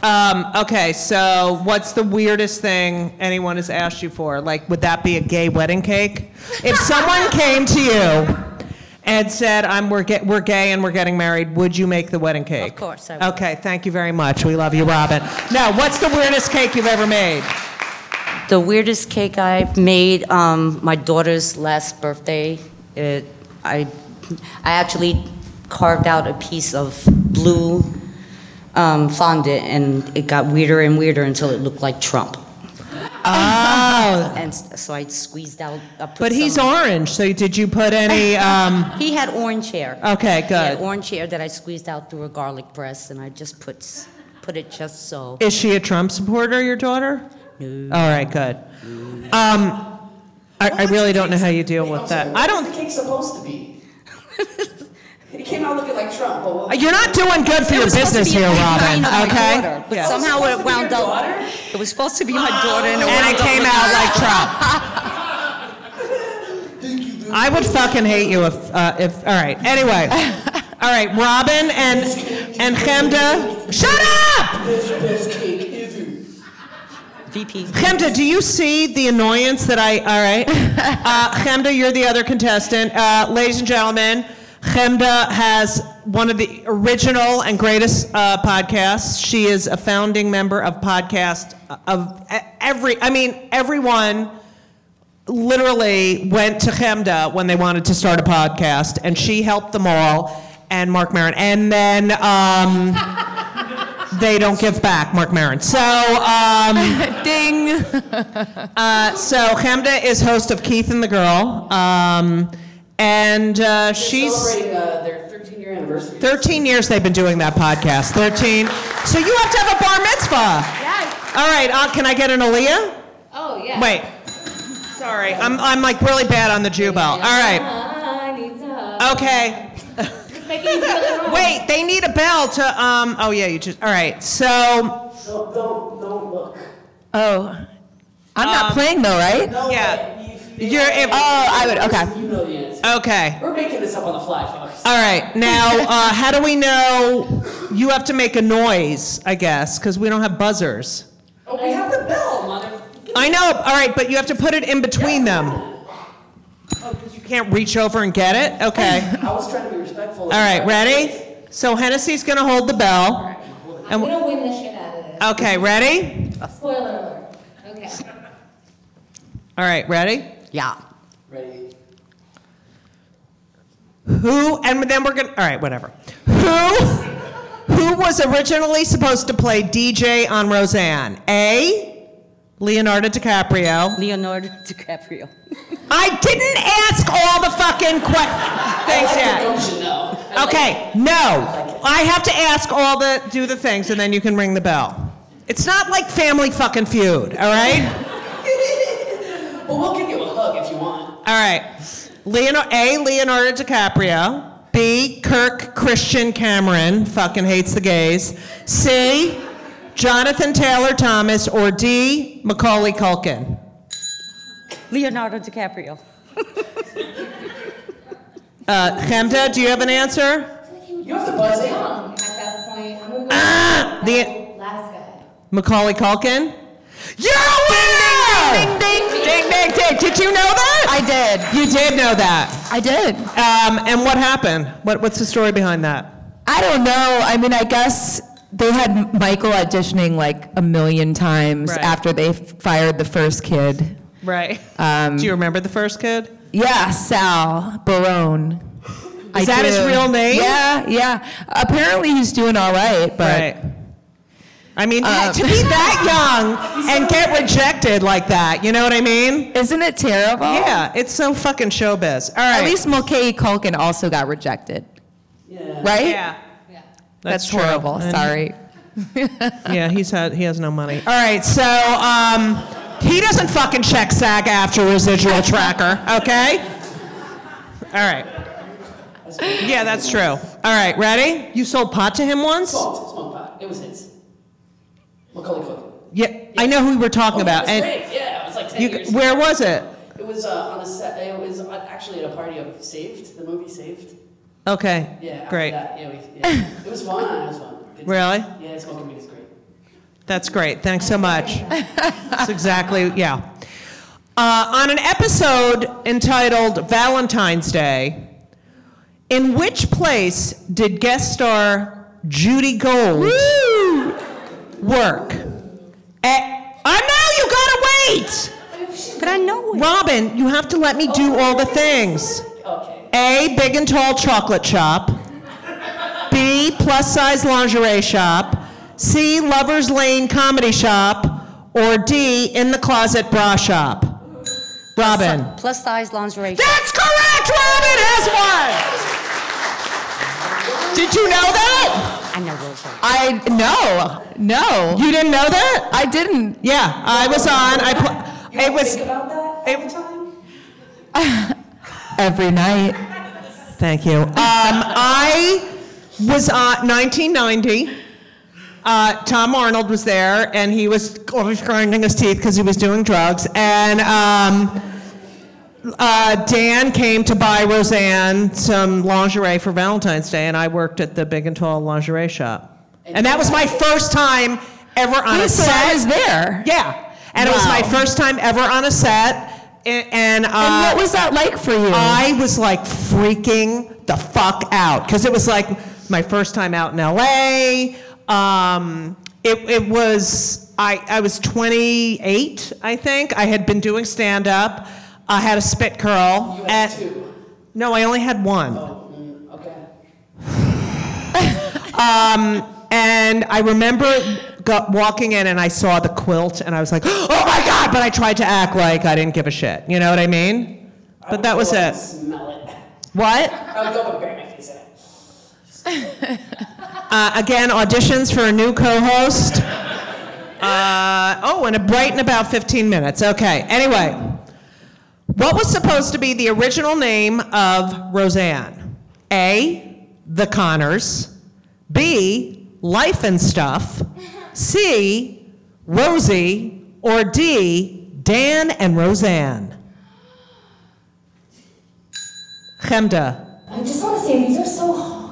Speaker 6: Um, okay, so what's the weirdest thing anyone has asked you for? Like, would that be a gay wedding cake? If someone came to you and said, "I'm we're ga- we're gay and we're getting married," would you make the wedding cake? Of
Speaker 7: course I would.
Speaker 6: Okay, thank you very much. We love you, Robin. Now, what's the weirdest cake you've ever made?
Speaker 8: The weirdest cake I made, um, my daughter's last birthday. It, I, I actually carved out a piece of blue um, fondant, and it got weirder and weirder until it looked like Trump. Oh. And s- so I squeezed out. I put
Speaker 6: But he's
Speaker 8: some-
Speaker 6: orange, so did you put any? Um,
Speaker 8: He had orange hair.
Speaker 6: Okay,
Speaker 8: He had
Speaker 6: Oh, good.
Speaker 8: orange hair that I squeezed out through a garlic press, and I just put s- put it just so.
Speaker 6: Is she a Trump supporter, your daughter? No. All right, good. Um, I, I really don't know how you deal with that. I don't.
Speaker 9: cake's supposed to be? it came out looking like Trump, but
Speaker 6: You're not doing good for
Speaker 8: It
Speaker 6: your
Speaker 8: was supposed to
Speaker 6: business
Speaker 8: be a
Speaker 6: here, Robin.
Speaker 8: vagina of my
Speaker 6: Okay.
Speaker 8: daughter, But
Speaker 6: Yeah.
Speaker 8: somehow it wound up. It was supposed to be my daughter, and
Speaker 6: And
Speaker 8: it wound
Speaker 6: it
Speaker 8: up
Speaker 6: came
Speaker 8: with-
Speaker 6: out like Trump. I would fucking hate you if, uh, if. All right. Anyway. All right, Robin and and Chemda. Shut up,
Speaker 9: this best cake isn't.
Speaker 8: VP.
Speaker 6: Chemda. Do you see the annoyance that I? All right. Uh, Chemda, you're the other contestant. Uh, ladies and gentlemen, Chemda has one of the original and greatest uh, podcasts. She is a founding member of podcast of e- every, I mean, everyone literally went to Chemda when they wanted to start a podcast, and she helped them all, and Mark Maron. And then um, they don't give back, Mark Maron. So, um, ding. Uh, so, Chemda is host of Keith and the Girl. Um, and uh, she's.
Speaker 9: Celebrating uh, their 13 year anniversary.
Speaker 6: 13 years they've been doing that podcast. 13. So you have to have a bar mitzvah.
Speaker 7: Yes.
Speaker 6: All right, uh, can I get an Aaliyah?
Speaker 7: Oh, yeah.
Speaker 6: Wait. Sorry, I'm, I'm like really bad on the Jew bell. All right.
Speaker 7: I need to hug.
Speaker 6: Okay.
Speaker 7: It's making me really wrong.
Speaker 6: Wait, they need a bell to. Um. Oh yeah, you just. All right. So.
Speaker 9: Don't, don't, don't look.
Speaker 4: Oh, I'm not playing though, right? Oh,
Speaker 6: Um, Yeah.
Speaker 9: You,
Speaker 6: You're. If,
Speaker 4: I would. Okay.
Speaker 9: you know the answer.
Speaker 6: Okay.
Speaker 9: We're making this up on the fly, folks.
Speaker 6: All right. Now, uh, how do we know? You have to make a noise, I guess, because we don't have buzzers.
Speaker 9: Oh, we have the bell, mother.
Speaker 6: I know. All right, but you have to put it in between them.
Speaker 9: Oh,
Speaker 6: you can't reach over and get it? Okay.
Speaker 9: I was trying to be respectful.
Speaker 6: All right, ready? So Hennessy's going to hold the bell.
Speaker 7: I'm going to win the shit out of this.
Speaker 6: Okay, ready?
Speaker 7: Spoiler alert. Okay.
Speaker 6: All right, ready?
Speaker 4: Yeah.
Speaker 9: Ready.
Speaker 6: Who, and then we're going to, all right, whatever. Who, who was originally supposed to play DJ on Roseanne? A, Leonardo DiCaprio.
Speaker 8: Leonardo DiCaprio.
Speaker 6: I didn't ask all the fucking questions. Thanks, Dad.
Speaker 9: You should know.
Speaker 6: Okay, no. I have to ask all the, do the things, and then you can ring the bell. It's not like Family Fucking Feud, all right?
Speaker 9: Well, we'll give you a hug if you want.
Speaker 6: All right. Leonardo, A, Leonardo DiCaprio. B, Kirk Christian Cameron, fucking hates the gays. C, Jonathan Taylor Thomas. Or D, Macaulay Culkin.
Speaker 8: Leonardo DiCaprio.
Speaker 6: Uh, Chemda, do you have an answer?
Speaker 9: You have to buzz in.
Speaker 7: Young at that point. I'm going to go
Speaker 6: Ah, the-
Speaker 7: with last guy.
Speaker 6: Macaulay Culkin? You winner! Ding, ding, ding, ding, ding, ding. Did you know that?
Speaker 4: I did.
Speaker 6: You did know that.
Speaker 4: I did.
Speaker 6: Um, and what happened? What, what's the story behind that?
Speaker 4: I don't know. I mean, I guess they had Michael auditioning like a million times
Speaker 6: Right.
Speaker 4: after they f- fired the first kid.
Speaker 6: Right.
Speaker 4: Um,
Speaker 6: do you remember the first kid?
Speaker 4: Yeah, Sal Barone.
Speaker 6: Is that his real name?
Speaker 4: Yeah, yeah. Apparently he's doing all right, but
Speaker 6: I mean,
Speaker 4: Uh,
Speaker 6: to be that young and get rejected like that, you know what I mean?
Speaker 4: isn't it terrible?
Speaker 6: Yeah, it's so fucking showbiz. All right.
Speaker 4: At least Mulcahy Culkin also got rejected.
Speaker 9: Yeah.
Speaker 4: Right?
Speaker 6: yeah.
Speaker 4: That's,
Speaker 6: true.
Speaker 4: horrible.
Speaker 6: And-
Speaker 4: Sorry.
Speaker 6: Yeah, he's had, he has no money. All right, so um, he doesn't fucking check SAG after residual tracker, okay? All right. Yeah, that's true. All right, ready? You sold pot to him once?
Speaker 9: Salt, smoked pot. It was his. Macaulay Culkin.
Speaker 6: Yeah, I know who we're talking
Speaker 9: It
Speaker 6: about.
Speaker 9: was
Speaker 6: And
Speaker 9: great. Yeah, it was like 10
Speaker 6: you,
Speaker 9: years
Speaker 6: where was it?
Speaker 9: It was uh, on a set. It was uh, actually at a party of Saved, the movie Saved.
Speaker 6: Okay.
Speaker 9: Yeah. after
Speaker 6: Great.
Speaker 9: That, yeah, we, yeah. it was fun. It was fun. Good
Speaker 6: Really?
Speaker 9: time. Yeah, smoking weed is great.
Speaker 6: That's great. Thanks so much. That's exactly, yeah. Uh, on an episode entitled Valentine's Day, in which place did guest star Judy Gold work? At, oh no, you gotta
Speaker 8: But I know
Speaker 6: wait!
Speaker 8: it.
Speaker 6: Robin, you have to let me do all the things.
Speaker 9: Okay.
Speaker 6: A, big and tall chocolate shop. B, plus size lingerie shop. C, Lover's Lane comedy shop. Or D, in the closet bra shop. Robin.
Speaker 8: Plus size lingerie.
Speaker 6: That's correct! Robin has one! Did you know that?
Speaker 8: I know those are.
Speaker 4: I no. No.
Speaker 6: You didn't know that?
Speaker 4: I didn't.
Speaker 6: Yeah, I was on. I pl- it was.
Speaker 4: Every night.
Speaker 6: Thank you. Um, I was on 1990. Uh, Tom Arnold was there, and he was always grinding his teeth because he was doing drugs. And um, uh, Dan came to buy Roseanne some lingerie for Valentine's Day, and I worked at the Big and Tall lingerie shop. And that was my first time ever on a
Speaker 4: Wait, so
Speaker 6: set.
Speaker 4: I was there.
Speaker 6: Yeah, and it was my
Speaker 4: Wow.
Speaker 6: first time ever on a set. And, and, uh,
Speaker 4: And what was that like for you?
Speaker 6: I was like freaking the fuck out because it was like my first time out in LA. Um, it, it was I, I was 28, I think. I had been doing stand up. I had a spit curl.
Speaker 9: You had
Speaker 6: and-
Speaker 9: two.
Speaker 6: No, I only had one.
Speaker 9: Okay.
Speaker 6: And I remember go walking in and I saw the quilt and I was like, oh my God! But I tried to act like I didn't give a shit. You know what I mean? But that was
Speaker 9: I would
Speaker 6: it.
Speaker 9: Smell it.
Speaker 6: What?
Speaker 9: I would go up and bury my face in it.
Speaker 6: Uh, again, auditions for a new co host. Uh, oh, and a bright in about 15 minutes. Okay. Anyway, what was supposed to be the original name of Roseanne? A. The Connors. B. Life and Stuff. C. Rosie. Or D. Dan and Roseanne. Chemda.
Speaker 7: I just want to say these are so hard.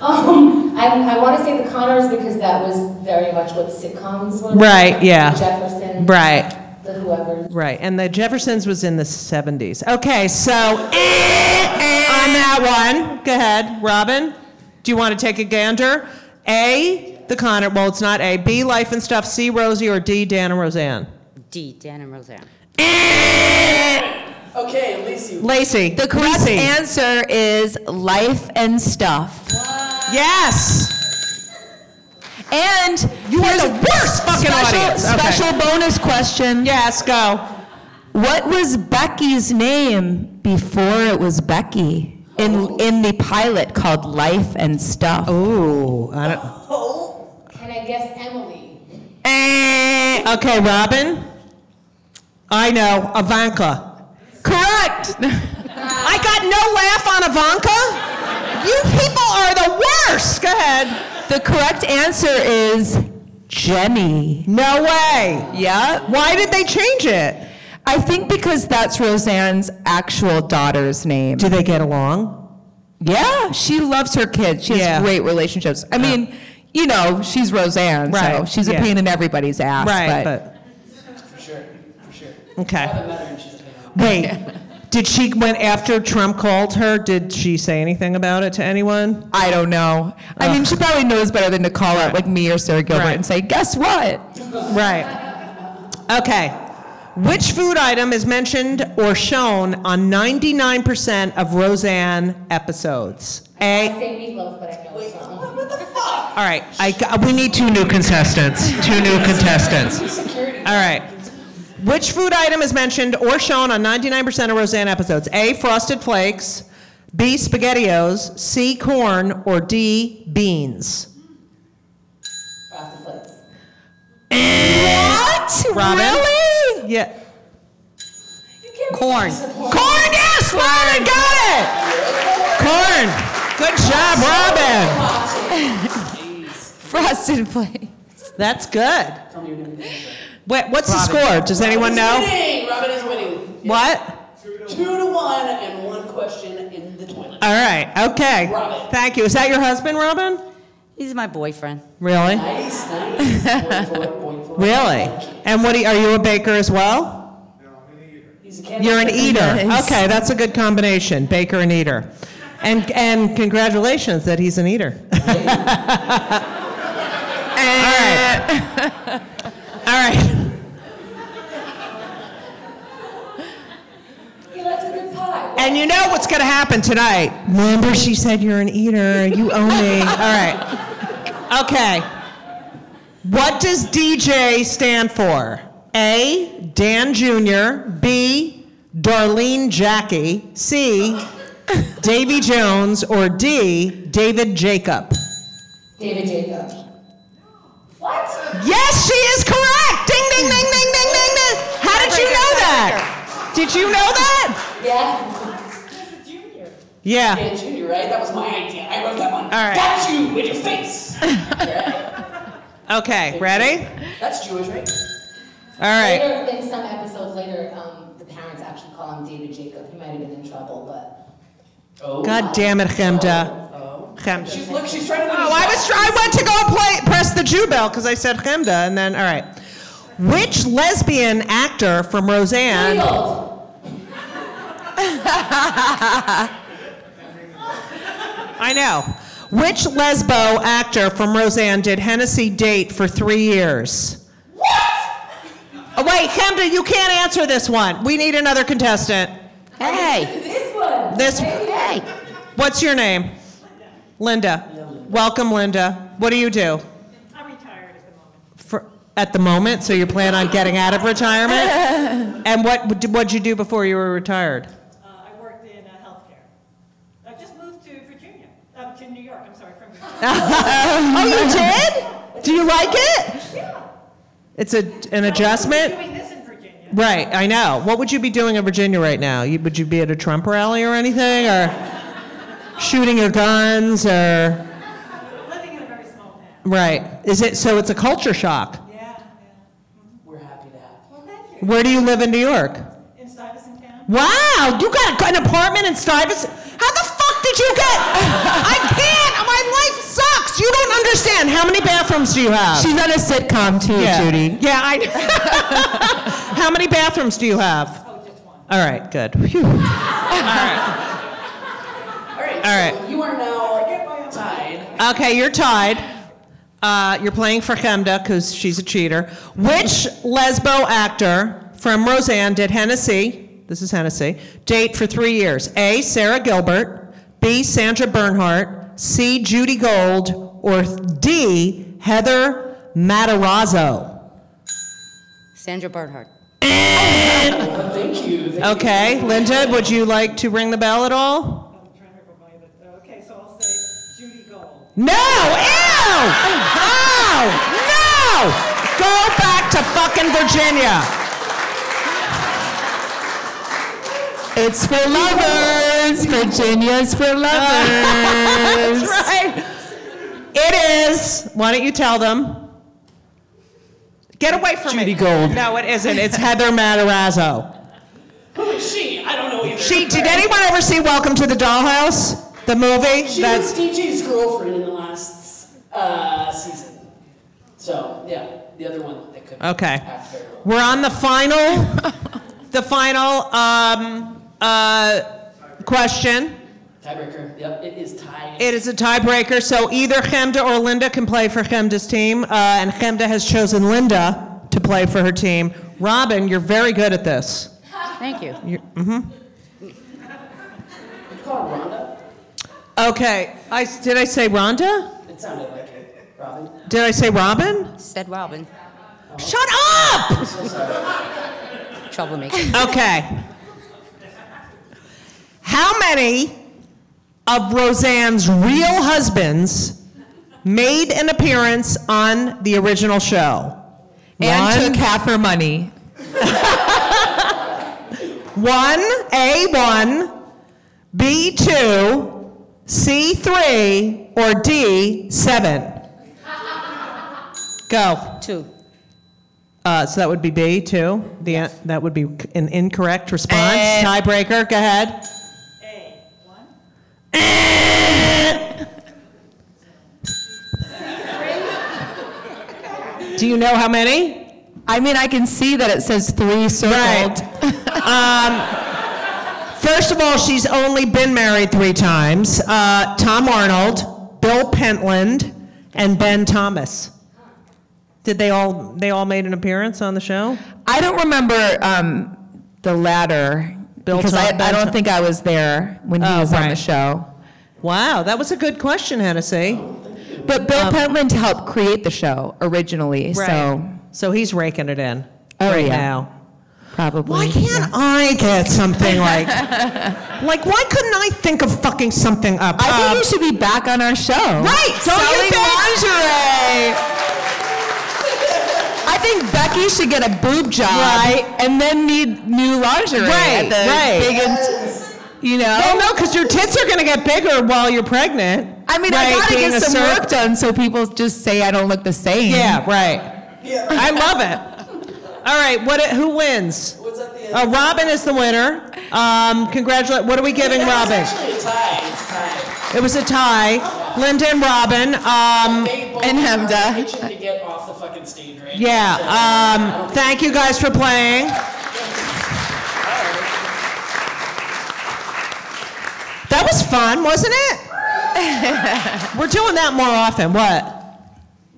Speaker 7: Um, I, I want to say the Connors because that was very much what sitcoms were.
Speaker 6: Right,
Speaker 7: like,
Speaker 6: yeah.
Speaker 7: Jefferson.
Speaker 6: Right.
Speaker 7: The whoever.
Speaker 6: Right, and the Jeffersons was in the 70s. Okay, so eh, eh, on that one, go ahead, Robin. Do you want to take a gander? A, the Connor. Well, it's not A. B, Life and Stuff. C, Rosie, or D, Dan and Roseanne.
Speaker 8: D, Dan and Roseanne.
Speaker 9: Okay, Lacey.
Speaker 6: Lacey.
Speaker 10: The correct
Speaker 6: Lacey.
Speaker 10: answer is life and stuff.
Speaker 6: Yes.
Speaker 10: And
Speaker 6: You are
Speaker 10: here's
Speaker 6: the
Speaker 10: a
Speaker 6: worst fucking
Speaker 10: special,
Speaker 6: audience. Okay.
Speaker 10: Special bonus question.
Speaker 6: Yes. Go.
Speaker 10: What was Becky's name before it was Becky
Speaker 6: Oh.
Speaker 10: in in the pilot called Life and Stuff?
Speaker 6: Ooh. I don't.
Speaker 7: Can I guess Emily?
Speaker 6: Eh, Okay, Robin. I know Ivanka. Correct. I got no laugh on Ivanka. You people are the worst. Go ahead.
Speaker 10: The correct answer is Jenny.
Speaker 6: No way.
Speaker 10: Yeah.
Speaker 6: Why did they change it?
Speaker 10: I think because that's Roseanne's actual daughter's name.
Speaker 6: Do they get along?
Speaker 10: Yeah, she loves her kids. She
Speaker 6: Yeah. Oh.
Speaker 10: has great relationships. I mean, you know, she's Roseanne, so
Speaker 6: Right,
Speaker 10: she's a
Speaker 6: yeah.
Speaker 10: pain in everybody's ass. but,
Speaker 6: right, but,
Speaker 9: For sure. For sure.
Speaker 6: okay.
Speaker 9: Better and she's like,
Speaker 6: Wait. Did she when after Trump called her? Did she say anything about it to anyone?
Speaker 10: I don't know. I mean, she probably knows better than to call out like me or Sarah Gilbert
Speaker 6: Right.
Speaker 10: and say, "Guess what?"
Speaker 6: Right. Okay. Which food item is mentioned or shown on 99% of Roseanne episodes?
Speaker 7: I
Speaker 6: A.
Speaker 7: say meatloaf, but I know it's wrong.
Speaker 6: All right. I, got- we need two new contestants. Two new contestants. All right. Which food item is mentioned or shown on 99% of Roseanne episodes? A. Frosted flakes. B. Spaghettios. C. Corn. Or D. Beans.
Speaker 7: Frosted Flakes.
Speaker 10: What?
Speaker 6: Robin?
Speaker 10: Really?
Speaker 6: Yeah.
Speaker 8: Corn.
Speaker 6: Corn, yes, Robin got it. Corn. Good job, Robin.
Speaker 10: Frosted flakes.
Speaker 6: That's good. Wait, what's the score? Does anyone know?
Speaker 9: Winning! Robin is winning.
Speaker 6: What?
Speaker 9: Two to one and one question in the toilet.
Speaker 6: All right. Okay.
Speaker 9: Robin.
Speaker 6: Thank you. Is that your husband, Robin?
Speaker 8: He's my boyfriend.
Speaker 6: Really?
Speaker 9: Nice, nice. Point for it, point for it.
Speaker 6: Really? And what do you- are you a baker as well?
Speaker 9: He's a cat.
Speaker 6: You're an eater.
Speaker 10: Nice.
Speaker 6: Okay, that's a good combination, baker and eater. And and congratulations that he's an eater. All right. All right.
Speaker 7: He likes a good pie.
Speaker 6: And you know what's going to happen tonight. Remember, she said you're an eater. You owe me. All right. Okay. What does DJ stand for? A. Dan Jr. B. Darlene Jackie. C. Davy Jones. Or D. David Jacob.
Speaker 7: David Jacob. What?
Speaker 6: Yes, she is correct. Ding, ding, ding, ding, ding, ding, ding. How did you know that? Did you know that?
Speaker 7: Yeah.
Speaker 6: Yeah.
Speaker 9: Dan Jr., right? That was my idea. I wrote that one. All
Speaker 6: right.
Speaker 9: Got you with your face. Yeah.
Speaker 6: Okay, ready?
Speaker 9: That's Jewish, right?
Speaker 6: All right.
Speaker 7: Later, in some episodes later, um, the parents actually call him David Jacob. He might have been in trouble, but
Speaker 9: Oh.
Speaker 6: God damn it, Chemda.
Speaker 9: Oh. She's,
Speaker 6: Chemda.
Speaker 9: look, she's trying to win.
Speaker 6: Oh, I was try- I went to go play press the Jew bell because I said Chemda, and then all right. Which lesbian actor from Roseanne?
Speaker 7: Field.
Speaker 6: I know. Which lesbo actor from Roseanne did Hennessy date for three years? What? Oh, wait, Camden, you can't answer this one. We need another contestant. Hey.
Speaker 7: This one.
Speaker 6: This. Hey. What's your name? Linda. Welcome, Linda. What do you do? I'm retired at the moment. For, at the moment, so you plan on getting out of retirement? and what what'd you do before you were retired?
Speaker 11: I worked in uh, healthcare. I just moved to Virginia, uh, to New York, I'm sorry, from Virginia.
Speaker 6: oh, you did? Do you like it? It's a, an adjustment? Right, I know. What would you be doing in Virginia right now? You, would you be at a Trump rally or anything, or shooting your guns, or?
Speaker 11: Living in a very small town.
Speaker 6: Right. Is it so? It's a culture shock.
Speaker 9: We're happy to have you.
Speaker 6: Where do you live in New York?
Speaker 11: In Stuyvesant County.
Speaker 6: Wow, you got an apartment in Stuyvesant. How the fuck did you get? I can't. My life sucks. You don't understand. How many bathrooms do you have?
Speaker 10: She's on a sitcom too,
Speaker 6: yeah.
Speaker 10: Judy.
Speaker 6: Yeah, I. How many bathrooms do you have? Oh, just one. All right, good. Phew. All right.
Speaker 9: All right.
Speaker 6: All
Speaker 9: so You are now tied.
Speaker 6: Okay, you're tied. Uh, you're playing for Chemda because she's a cheater. Which lesbo actor from Roseanne did Hennessy, this is Hennessy, date for three years? A. Sarah Gilbert, B. Sandra Bernhardt, C. Judy Gold, or D. Heather Matarazzo?
Speaker 8: Sandra Bernhardt.
Speaker 9: Well, thank you. Thank
Speaker 6: Okay, Linda, would you like to ring the bell at all?
Speaker 11: I'm trying to remember, but, uh, okay, so I'll say Judy Gold.
Speaker 6: No! Ew! Ow! No! Go back to fucking Virginia.
Speaker 10: It's for lovers. Virginia's for lovers.
Speaker 6: That's right. It is. Why don't you tell them? Get away from me.
Speaker 3: Judy Gold.
Speaker 6: No, it isn't. It's Heather Matarazzo.
Speaker 9: you. Who is she? I don't know either.
Speaker 6: She. Did anyone ever see Welcome to the Dollhouse? The movie.
Speaker 9: She was DJ's girlfriend in the last uh, season. So yeah, the other one that could
Speaker 6: Okay.
Speaker 9: act very well.
Speaker 6: We're on the final, the final um, uh, question.
Speaker 9: Tiebreaker. Yep, it is tied.
Speaker 6: It is a tiebreaker, so either Chemda or Linda can play for Chemda's team, uh, and Chemda has chosen Linda to play for her team. Robin, you're very good at this.
Speaker 8: Thank you.
Speaker 9: You call her Rhonda?
Speaker 6: Okay, I, did I say Rhonda?
Speaker 9: It sounded like it. Robin.
Speaker 6: Did I say Robin?
Speaker 8: Said Robin.
Speaker 6: Shut up!
Speaker 8: Troublemaker.
Speaker 6: Okay. How many of Roseanne's real husbands made an appearance on the original show?
Speaker 4: And
Speaker 6: One?
Speaker 4: took half her money.
Speaker 6: One, A one, B two, C three, or D seven. Go.
Speaker 8: Two.
Speaker 6: Uh, so that would be B two. The that would be an incorrect response. Tiebreaker. Go ahead.
Speaker 11: A, one.
Speaker 6: Do you know how many?
Speaker 10: I mean, I can see that it says three circled.
Speaker 6: Um, First of all, she's only been married three times. Uh, Tom Arnold, Bill Pentland, and Ben Thomas. Did they all? They all made an appearance on the show.
Speaker 4: I don't remember um, the latter
Speaker 6: Bill
Speaker 4: because
Speaker 6: Tom-
Speaker 4: I,
Speaker 6: Bill
Speaker 4: I don't
Speaker 6: Tom-
Speaker 4: think I was there when he
Speaker 6: Oh,
Speaker 4: was on the
Speaker 6: right.
Speaker 4: show.
Speaker 6: Wow, that was a good question, Hennessy.
Speaker 4: But Bill
Speaker 6: Um,
Speaker 4: Pentland helped create the show originally, so
Speaker 6: So he's raking it in
Speaker 4: Oh,
Speaker 6: right
Speaker 4: yeah.
Speaker 6: now. Mm-hmm. Why
Speaker 4: probably.
Speaker 6: can't I get something like, like why couldn't I think of fucking something up?
Speaker 4: I think
Speaker 6: Um,
Speaker 4: you should be back on our show.
Speaker 6: Right, don't you
Speaker 4: selling
Speaker 6: think?
Speaker 4: lingerie. I think Becky should get a boob job,
Speaker 6: Right.
Speaker 4: and then need new lingerie
Speaker 6: Right,
Speaker 4: at the
Speaker 6: right.
Speaker 4: biggest. You know,
Speaker 6: well, no, because your tits are gonna get bigger while you're pregnant.
Speaker 4: I mean, I
Speaker 6: right,
Speaker 4: gotta
Speaker 6: being
Speaker 4: get
Speaker 6: a
Speaker 4: some
Speaker 6: surf-
Speaker 4: work done so people just say I don't look the same.
Speaker 6: Yeah, right. I love it. All right, what? Who wins?
Speaker 9: What's at the end?
Speaker 6: Uh, Robin is the winner. Um, congratulate. What are we giving Robin?
Speaker 9: It's actually a tie. It's tied.
Speaker 6: It was a tie. Linda and Robin. Um,
Speaker 9: They both
Speaker 4: And Hemda.
Speaker 9: are itching to get off the fucking stage right
Speaker 6: Yeah. Um, thank you guys for playing. That was fun, wasn't it? We're doing that more often. What?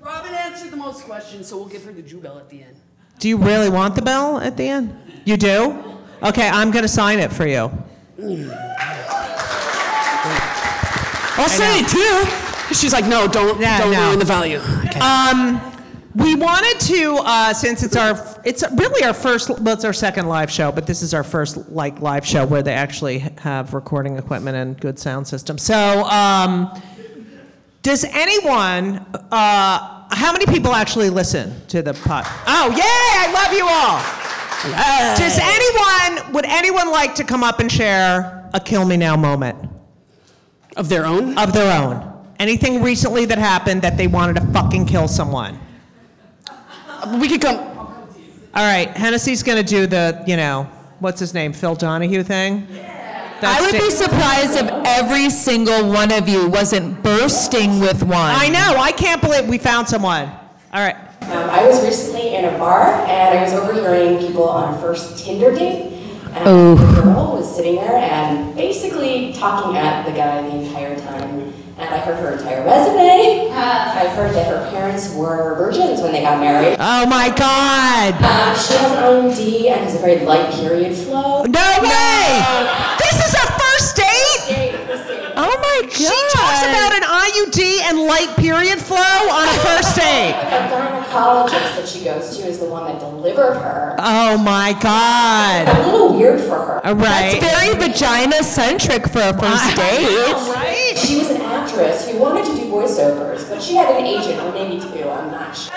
Speaker 9: Robin answered the most questions, so we'll give her the Jew bell at the end.
Speaker 6: Do you really want the bell at the end? You do? Okay, I'm going to sign it for you.
Speaker 3: I'll say it too. She's like, no, don't, don't ruin the value. Uh,
Speaker 6: Um, we wanted to, uh, since it's our, it's really our first, well, it's our second live show, but this is our first like live show where they actually have recording equipment and good sound system. So, um, does anyone, uh, how many people actually listen to the pod? Oh, yay! I love you all. Does anyone, would anyone like to come up and share a kill me now moment?
Speaker 3: Of their own?
Speaker 6: Of their own. Anything recently that happened that they wanted to fucking kill someone?
Speaker 3: Uh, We could come.
Speaker 6: All right, Hennessy's gonna do the, you know, what's his name, Phil Donahue thing?
Speaker 4: I
Speaker 6: That's
Speaker 4: would be
Speaker 6: it.
Speaker 4: surprised if every single one of you wasn't bursting with one.
Speaker 6: I know, I can't believe we found someone. All right.
Speaker 7: Um, I was recently in a bar and I was overhearing people on a first Tinder date. And
Speaker 10: Ooh.
Speaker 7: the girl was sitting there and basically talking at the guy the entire time. And I heard her entire resume. I heard that her parents were virgins when they got married.
Speaker 6: Oh my God!
Speaker 7: Um, she has an OMD and has a very light period flow.
Speaker 6: No way! This is a first date? Oh my God! She talks about an IUD and light period flow on a first date.
Speaker 7: The gynecologist that she goes to is the one that delivered her.
Speaker 6: Oh my God!
Speaker 7: A little weird for her.
Speaker 6: All right.
Speaker 4: Very vagina centric for a first date.
Speaker 6: Right?
Speaker 7: She was an actress who wanted to do voiceovers, but she had an agent, or maybe two, I'm not sure.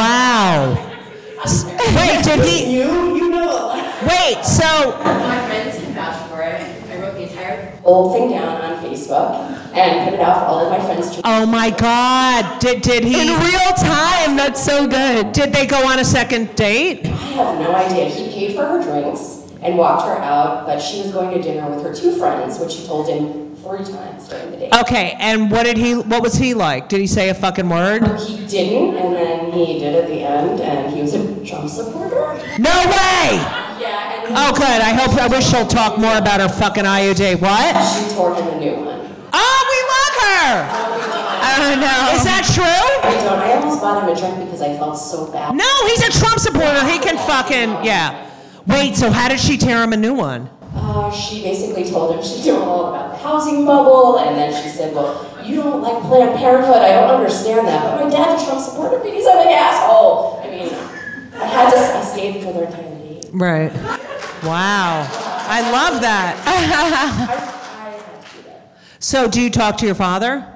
Speaker 6: Wow. S- Wait, did he?
Speaker 7: You, you know it.
Speaker 6: Wait, so
Speaker 7: My friends can vouch for it. I wrote the entire whole thing down on Facebook and put it out for all of my friends to.
Speaker 6: oh my God! Did did he?
Speaker 4: In real time, that's so good.
Speaker 6: Did they go on a second date?
Speaker 7: I have no idea. He paid for her drinks and walked her out, but she was going to dinner with her two friends, which she told him three times during the date.
Speaker 6: Okay, and what did he? What was he like? Did he say a fucking word?
Speaker 7: He didn't, and then he did at the end, and he was a Trump supporter.
Speaker 6: No way!
Speaker 7: Yeah, and
Speaker 6: Oh, good. I hope. I wish she'll talk more about her fucking IUD. What?
Speaker 7: she tore him a new one.
Speaker 6: Oh, we love her.
Speaker 7: I
Speaker 6: don't know. Is that true?
Speaker 7: don't. I almost bought him a drink because I felt so bad.
Speaker 6: No, he's a Trump supporter. He can fucking yeah. Wait. So how did she tear him a new one?
Speaker 7: Uh, she basically told him she knew all about the housing bubble, and then she said, "Well, you don't like Planned Parenthood. I don't understand that, but my dad's a Trump supporter because I'm an asshole." I mean, I had to I stayed for their entire date.
Speaker 6: Right. Wow. I love that. so do you talk to your father?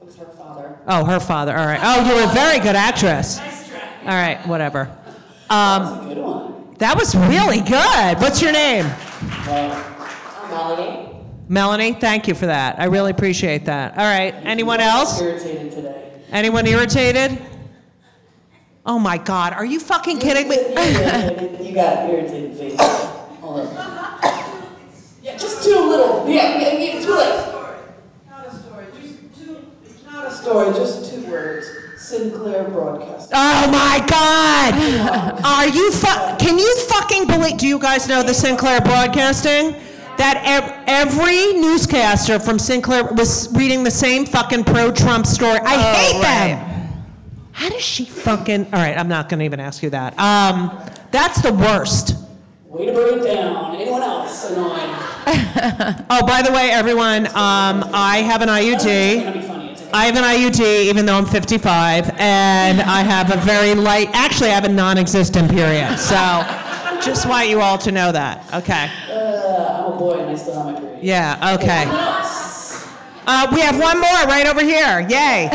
Speaker 7: It was her father.
Speaker 6: Oh, her father. All right. Oh, you're a very good actress. All right. Whatever. Um,
Speaker 7: Good one.
Speaker 6: that was really good. What's your name?
Speaker 7: Uh, Melanie,
Speaker 6: Melanie, thank you for that. I really appreciate that. All right. Anyone else?
Speaker 7: irritated today.
Speaker 6: Anyone irritated? Oh my God, are you fucking kidding me?
Speaker 7: you got irritated face. Hold on. Yeah, just do a little. Yeah, yeah, yeah do it.
Speaker 11: Not a story, just two, it's not
Speaker 9: Not a story, just two words. Sinclair Broadcasting.
Speaker 6: Oh my God. Are you fu- can you fucking believe, do you guys know the Sinclair Broadcasting? That ev- every newscaster from Sinclair was reading the same fucking pro-Trump story. I hate them. How does she fucking, all right, I'm not gonna even ask you that. Um, that's the worst.
Speaker 9: Way to bring it down. Anyone else annoying?
Speaker 6: Oh, by the way, everyone, um, I have an IUD. I have an IUD, even though I'm 55, and I have a very light. Actually, I have a non-existent period. So, just want you all to know that. Okay.
Speaker 9: Uh, I'm a boy and I still have my period.
Speaker 6: Yeah. Okay.
Speaker 9: Anyone else?
Speaker 6: Uh, we have one more right over here. Yay.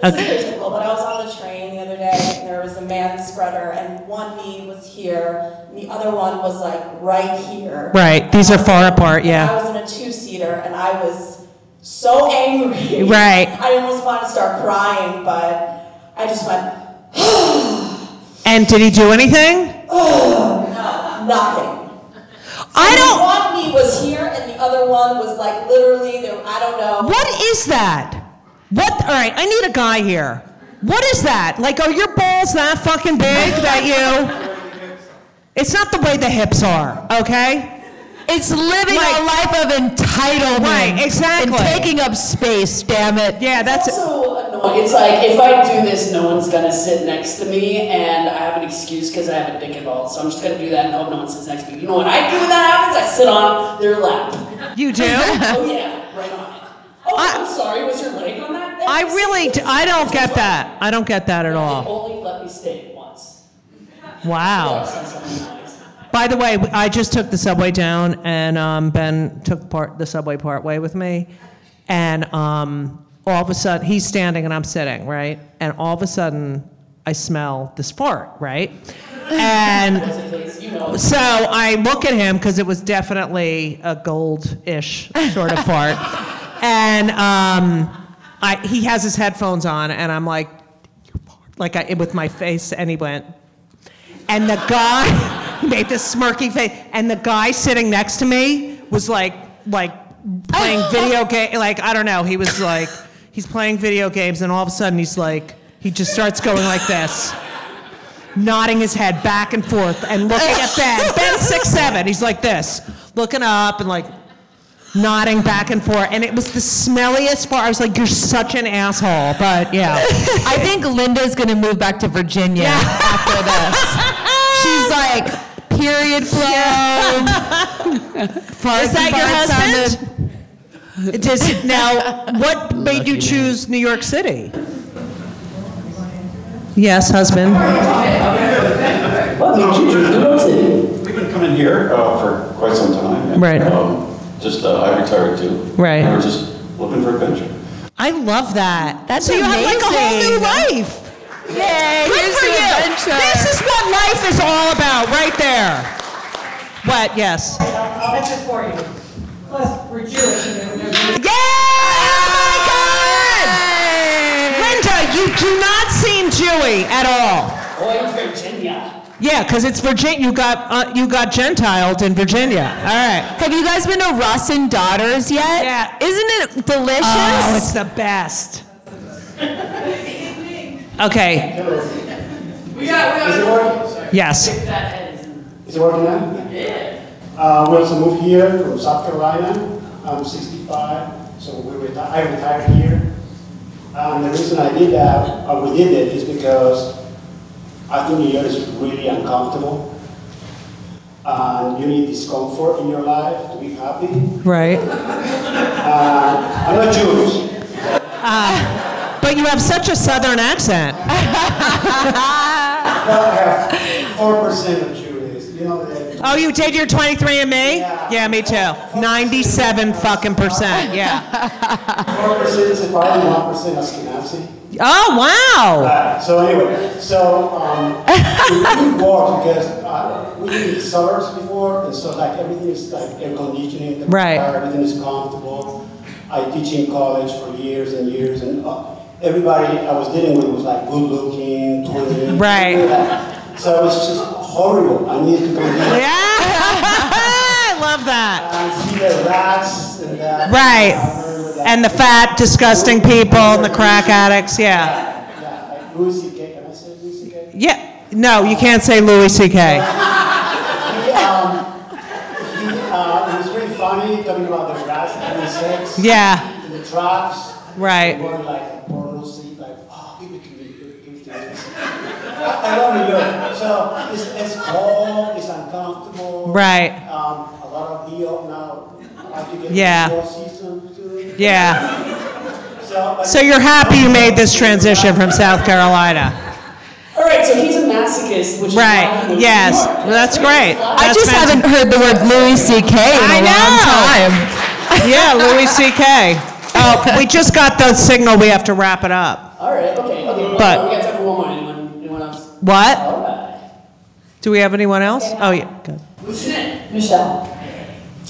Speaker 11: This is atypical, but I was on the train the other day, and there was a man spreader, and one knee was here, and the other one was like right here.
Speaker 6: Right. These are far apart.
Speaker 11: And I
Speaker 6: Yeah.
Speaker 11: was in a two-seater, and I was so angry.
Speaker 6: Right.
Speaker 11: I almost wanted to start crying, but I just went
Speaker 6: And did he do anything?
Speaker 11: nothing.
Speaker 6: I don't.
Speaker 11: One knee was here, and the other one was like literally there. I don't know.
Speaker 6: What is that? What? All right, I need a guy here. What is that? Like, are your balls that fucking big that you? It's not the way the hips are, okay?
Speaker 10: It's living a
Speaker 6: Like-
Speaker 10: life of entitlement.
Speaker 6: Right, exactly.
Speaker 10: And taking up space, damn it.
Speaker 6: Yeah, that's
Speaker 11: also annoying
Speaker 12: It's like if I do this, no one's gonna sit next to me, and I have an excuse because I have a dick involved. So I'm just gonna do that and hope no one sits next to me. You know what I do when that happens? I sit on their lap.
Speaker 6: You do?
Speaker 12: oh yeah, right on it. Oh, I, am sorry. Was your leg on that?
Speaker 6: I really, d- I don't get that. I don't get that at
Speaker 12: They
Speaker 6: all.
Speaker 12: only let me stay once.
Speaker 6: Wow. By the way, I just took the subway down, and um, Ben took part the subway part way with me, and um, all of a sudden he's standing and I'm sitting, right? And all of a sudden I smell this fart, right? And so I look at him because it was definitely a gold-ish sort of fart, and um, I, he has his headphones on, and I'm like, like I, with my face, and he went, and the guy he made this smirky face, and the guy sitting next to me was like, like playing video game, like I don't know, he was like, he's playing video games, and all of a sudden he's like, he just starts going like this nodding his head back and forth and looking at Ben. Ben's six seven. He's like this, looking up and like nodding back and forth. And it was the smelliest part. I was like, "You're such an asshole," but yeah.
Speaker 4: I think Linda's gonna move back to Virginia after this. She's like, period flow.
Speaker 6: Is that your husband? Does it, now, what made you choose New York City? Yes, husband.
Speaker 2: We've been coming here uh, for quite some time. and,
Speaker 6: Right.
Speaker 2: um, Just, uh, I retired too.
Speaker 6: Right.
Speaker 2: And we're just looking for adventure.
Speaker 6: I love that.
Speaker 4: That's
Speaker 6: so you have like a whole new life.
Speaker 4: Yay,
Speaker 6: Good
Speaker 4: here's
Speaker 6: for
Speaker 4: the
Speaker 6: you.
Speaker 4: adventure.
Speaker 6: This is what life is all about, right there. What? Yes.
Speaker 13: I'll bet it for you. Plus, we're Jewish and we're
Speaker 6: Yeah! Oh my God! Linda, you do not seem Jewy at all.
Speaker 12: Oi, Virginia.
Speaker 6: Yeah, because it's Virginia. You got uh, you got Gentiled in Virginia. All right.
Speaker 4: Have you guys been to Ross and Daughters yet? Yeah. Isn't it delicious?
Speaker 6: Oh, it's the best. Okay.
Speaker 13: We got, we got.
Speaker 6: Yes.
Speaker 7: Is it working now? Uh, we also moved here from South Carolina. I'm 65, so we reti- I retired here. And the reason I did that, uh, we did it, is because I think New York is really uncomfortable. Uh, you need discomfort in your life to be happy.
Speaker 6: Right.
Speaker 7: Uh, I'm not Jewish.
Speaker 6: Uh, but you have such a southern accent.
Speaker 7: Well, I have 4% of Jewish. You know that.
Speaker 6: Oh, you did your 23 and me? Yeah. me too. 97 fucking percent. Yeah.
Speaker 7: 4% is about 1% Ashkenazi.
Speaker 6: Oh wow.
Speaker 7: Uh, so anyway, so um, we didn't work because uh, we did summers before, and so like everything is like air conditioning, the
Speaker 6: Right.
Speaker 7: car, everything is comfortable. I teach in college for years and years, and uh, everybody I was dealing with was like good looking, twenty,
Speaker 6: Right.
Speaker 7: So it was just horrible. I needed to go there
Speaker 6: Yeah. I love that.
Speaker 7: and see the rats and that.
Speaker 6: Right. And the fat, disgusting people, and the crack addicts. Yeah.
Speaker 7: Like Louis C.K. Can I say Louis C.K.?
Speaker 6: Yeah. No, you can't say Louis C.K.
Speaker 7: He, um, he, uh, it was really funny talking about the rats and the sex.
Speaker 6: Yeah.
Speaker 7: And the traps.
Speaker 6: Right.
Speaker 7: And going like a porno scene, like, oh, give it to me, give it- give it to me. I I love New York. So it's, it's cold, it's uncomfortable.
Speaker 6: Right.
Speaker 7: Um, a lot of heel now. Like you get
Speaker 6: Yeah.
Speaker 7: football season too.
Speaker 6: Yeah.
Speaker 7: So, but
Speaker 6: So you're happy you made this transition from South Carolina.
Speaker 12: All right, so he's a masochist, which is why he
Speaker 6: Right.
Speaker 12: moved
Speaker 6: Yes.
Speaker 12: to New York.
Speaker 6: Well, that's great.
Speaker 4: I just haven't heard the word Louis C.K. in a
Speaker 6: I
Speaker 4: long time.
Speaker 6: know. Yeah, Louis C.K. Oh, we just got the signal. We have to wrap it up.
Speaker 12: All right, okay, okay. Well,
Speaker 6: But-
Speaker 12: we got time for one more. Anyone, anyone else?
Speaker 6: What?
Speaker 12: All right.
Speaker 6: Do we have anyone else? Oh, yeah. Good.
Speaker 13: Michelle.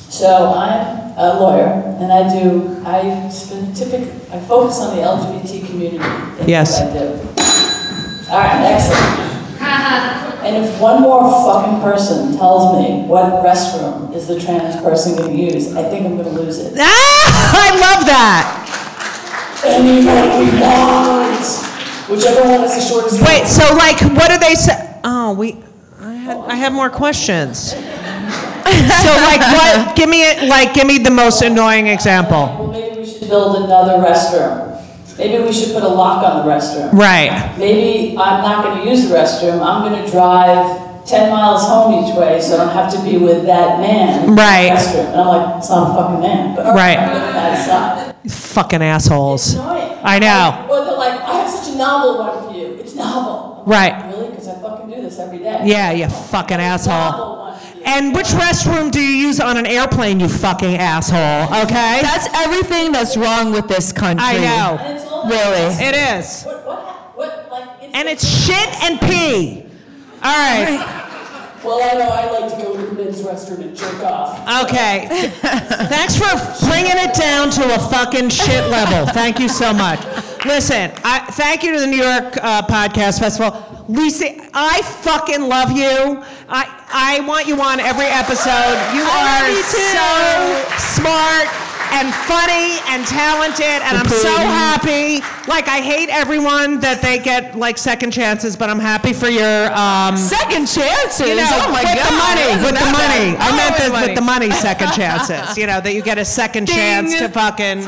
Speaker 13: So I'm a lawyer, and I do, I specific, I focus on the LGBT community. That's what
Speaker 6: Yes.
Speaker 13: I do. All right, excellent. And if one more fucking person tells me what restroom is the trans person gonna use, I think I'm gonna lose it.
Speaker 6: Ah, I love that.
Speaker 13: Anybody wants, whichever one is the shortest.
Speaker 6: Wait, so like, what do they say? Oh, we, I had, I have more questions. So like, what, give me, a- like, give me the most annoying example.
Speaker 13: Well, maybe we should build another restroom.
Speaker 7: Maybe we should put a lock on the restroom.
Speaker 6: Right.
Speaker 7: Maybe I'm not going to use the restroom. I'm going to drive 10 miles home each way so I don't have to be with that man. in the
Speaker 6: Right.
Speaker 7: Restroom. And I'm like, it's not a fucking man. But all
Speaker 6: Right.
Speaker 7: That's not.
Speaker 6: Fucking assholes. I know.
Speaker 7: Or they're like, I have such a novel one for you. It's novel.
Speaker 6: Right.
Speaker 7: Really? Because I fucking do this every day.
Speaker 6: Yeah, you fucking asshole. And which restroom do you use on an airplane, you fucking asshole? Okay?
Speaker 4: That's everything that's wrong with this country.
Speaker 6: I know.
Speaker 4: Really.
Speaker 6: It is. And it's shit and pee. All right.
Speaker 7: Well, I know I like to go to the men's restroom and jerk off.
Speaker 6: Okay. Thanks for bringing it down to a fucking shit level. Thank you so much. Listen, I, thank you to the New York uh, Podcast Festival. Lisa, I fucking love you. I, I want you on every episode. You are so smart and funny and talented, and I'm so happy. Like, I hate everyone that they get like second chances, but I'm happy for your um,
Speaker 4: second chances.
Speaker 6: You know,
Speaker 4: Oh my
Speaker 6: with
Speaker 4: God.
Speaker 6: the money,
Speaker 4: Isn't
Speaker 6: with the
Speaker 4: that
Speaker 6: money.
Speaker 4: bad?
Speaker 6: I
Speaker 4: Oh,
Speaker 6: meant
Speaker 4: with
Speaker 6: this
Speaker 4: money.
Speaker 6: with the money, second chances. You know, that you get a second
Speaker 4: Ding.
Speaker 6: chance to fucking.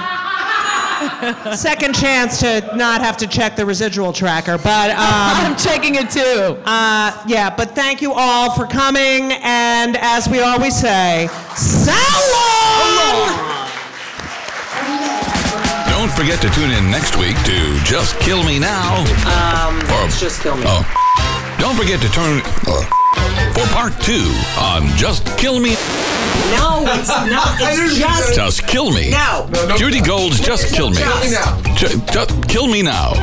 Speaker 6: Second chance to not have to check the residual tracker, but um, I'm
Speaker 4: checking it too.
Speaker 6: Uh, yeah, but thank you all for coming, and as we always say, so long!
Speaker 14: Don't forget to tune in next week to Just Kill Me Now.
Speaker 1: Um,
Speaker 14: Or-
Speaker 1: it's just kill me.
Speaker 14: Oh. Don't forget to turn uh, for part two on Just Kill Me.
Speaker 1: No, it's not. It's just.
Speaker 14: Just Kill Me.
Speaker 1: No. No, no.
Speaker 14: Judy Gold's Just Kill Me.
Speaker 1: Kill Me Now.
Speaker 14: Ju- Just Kill Me Now.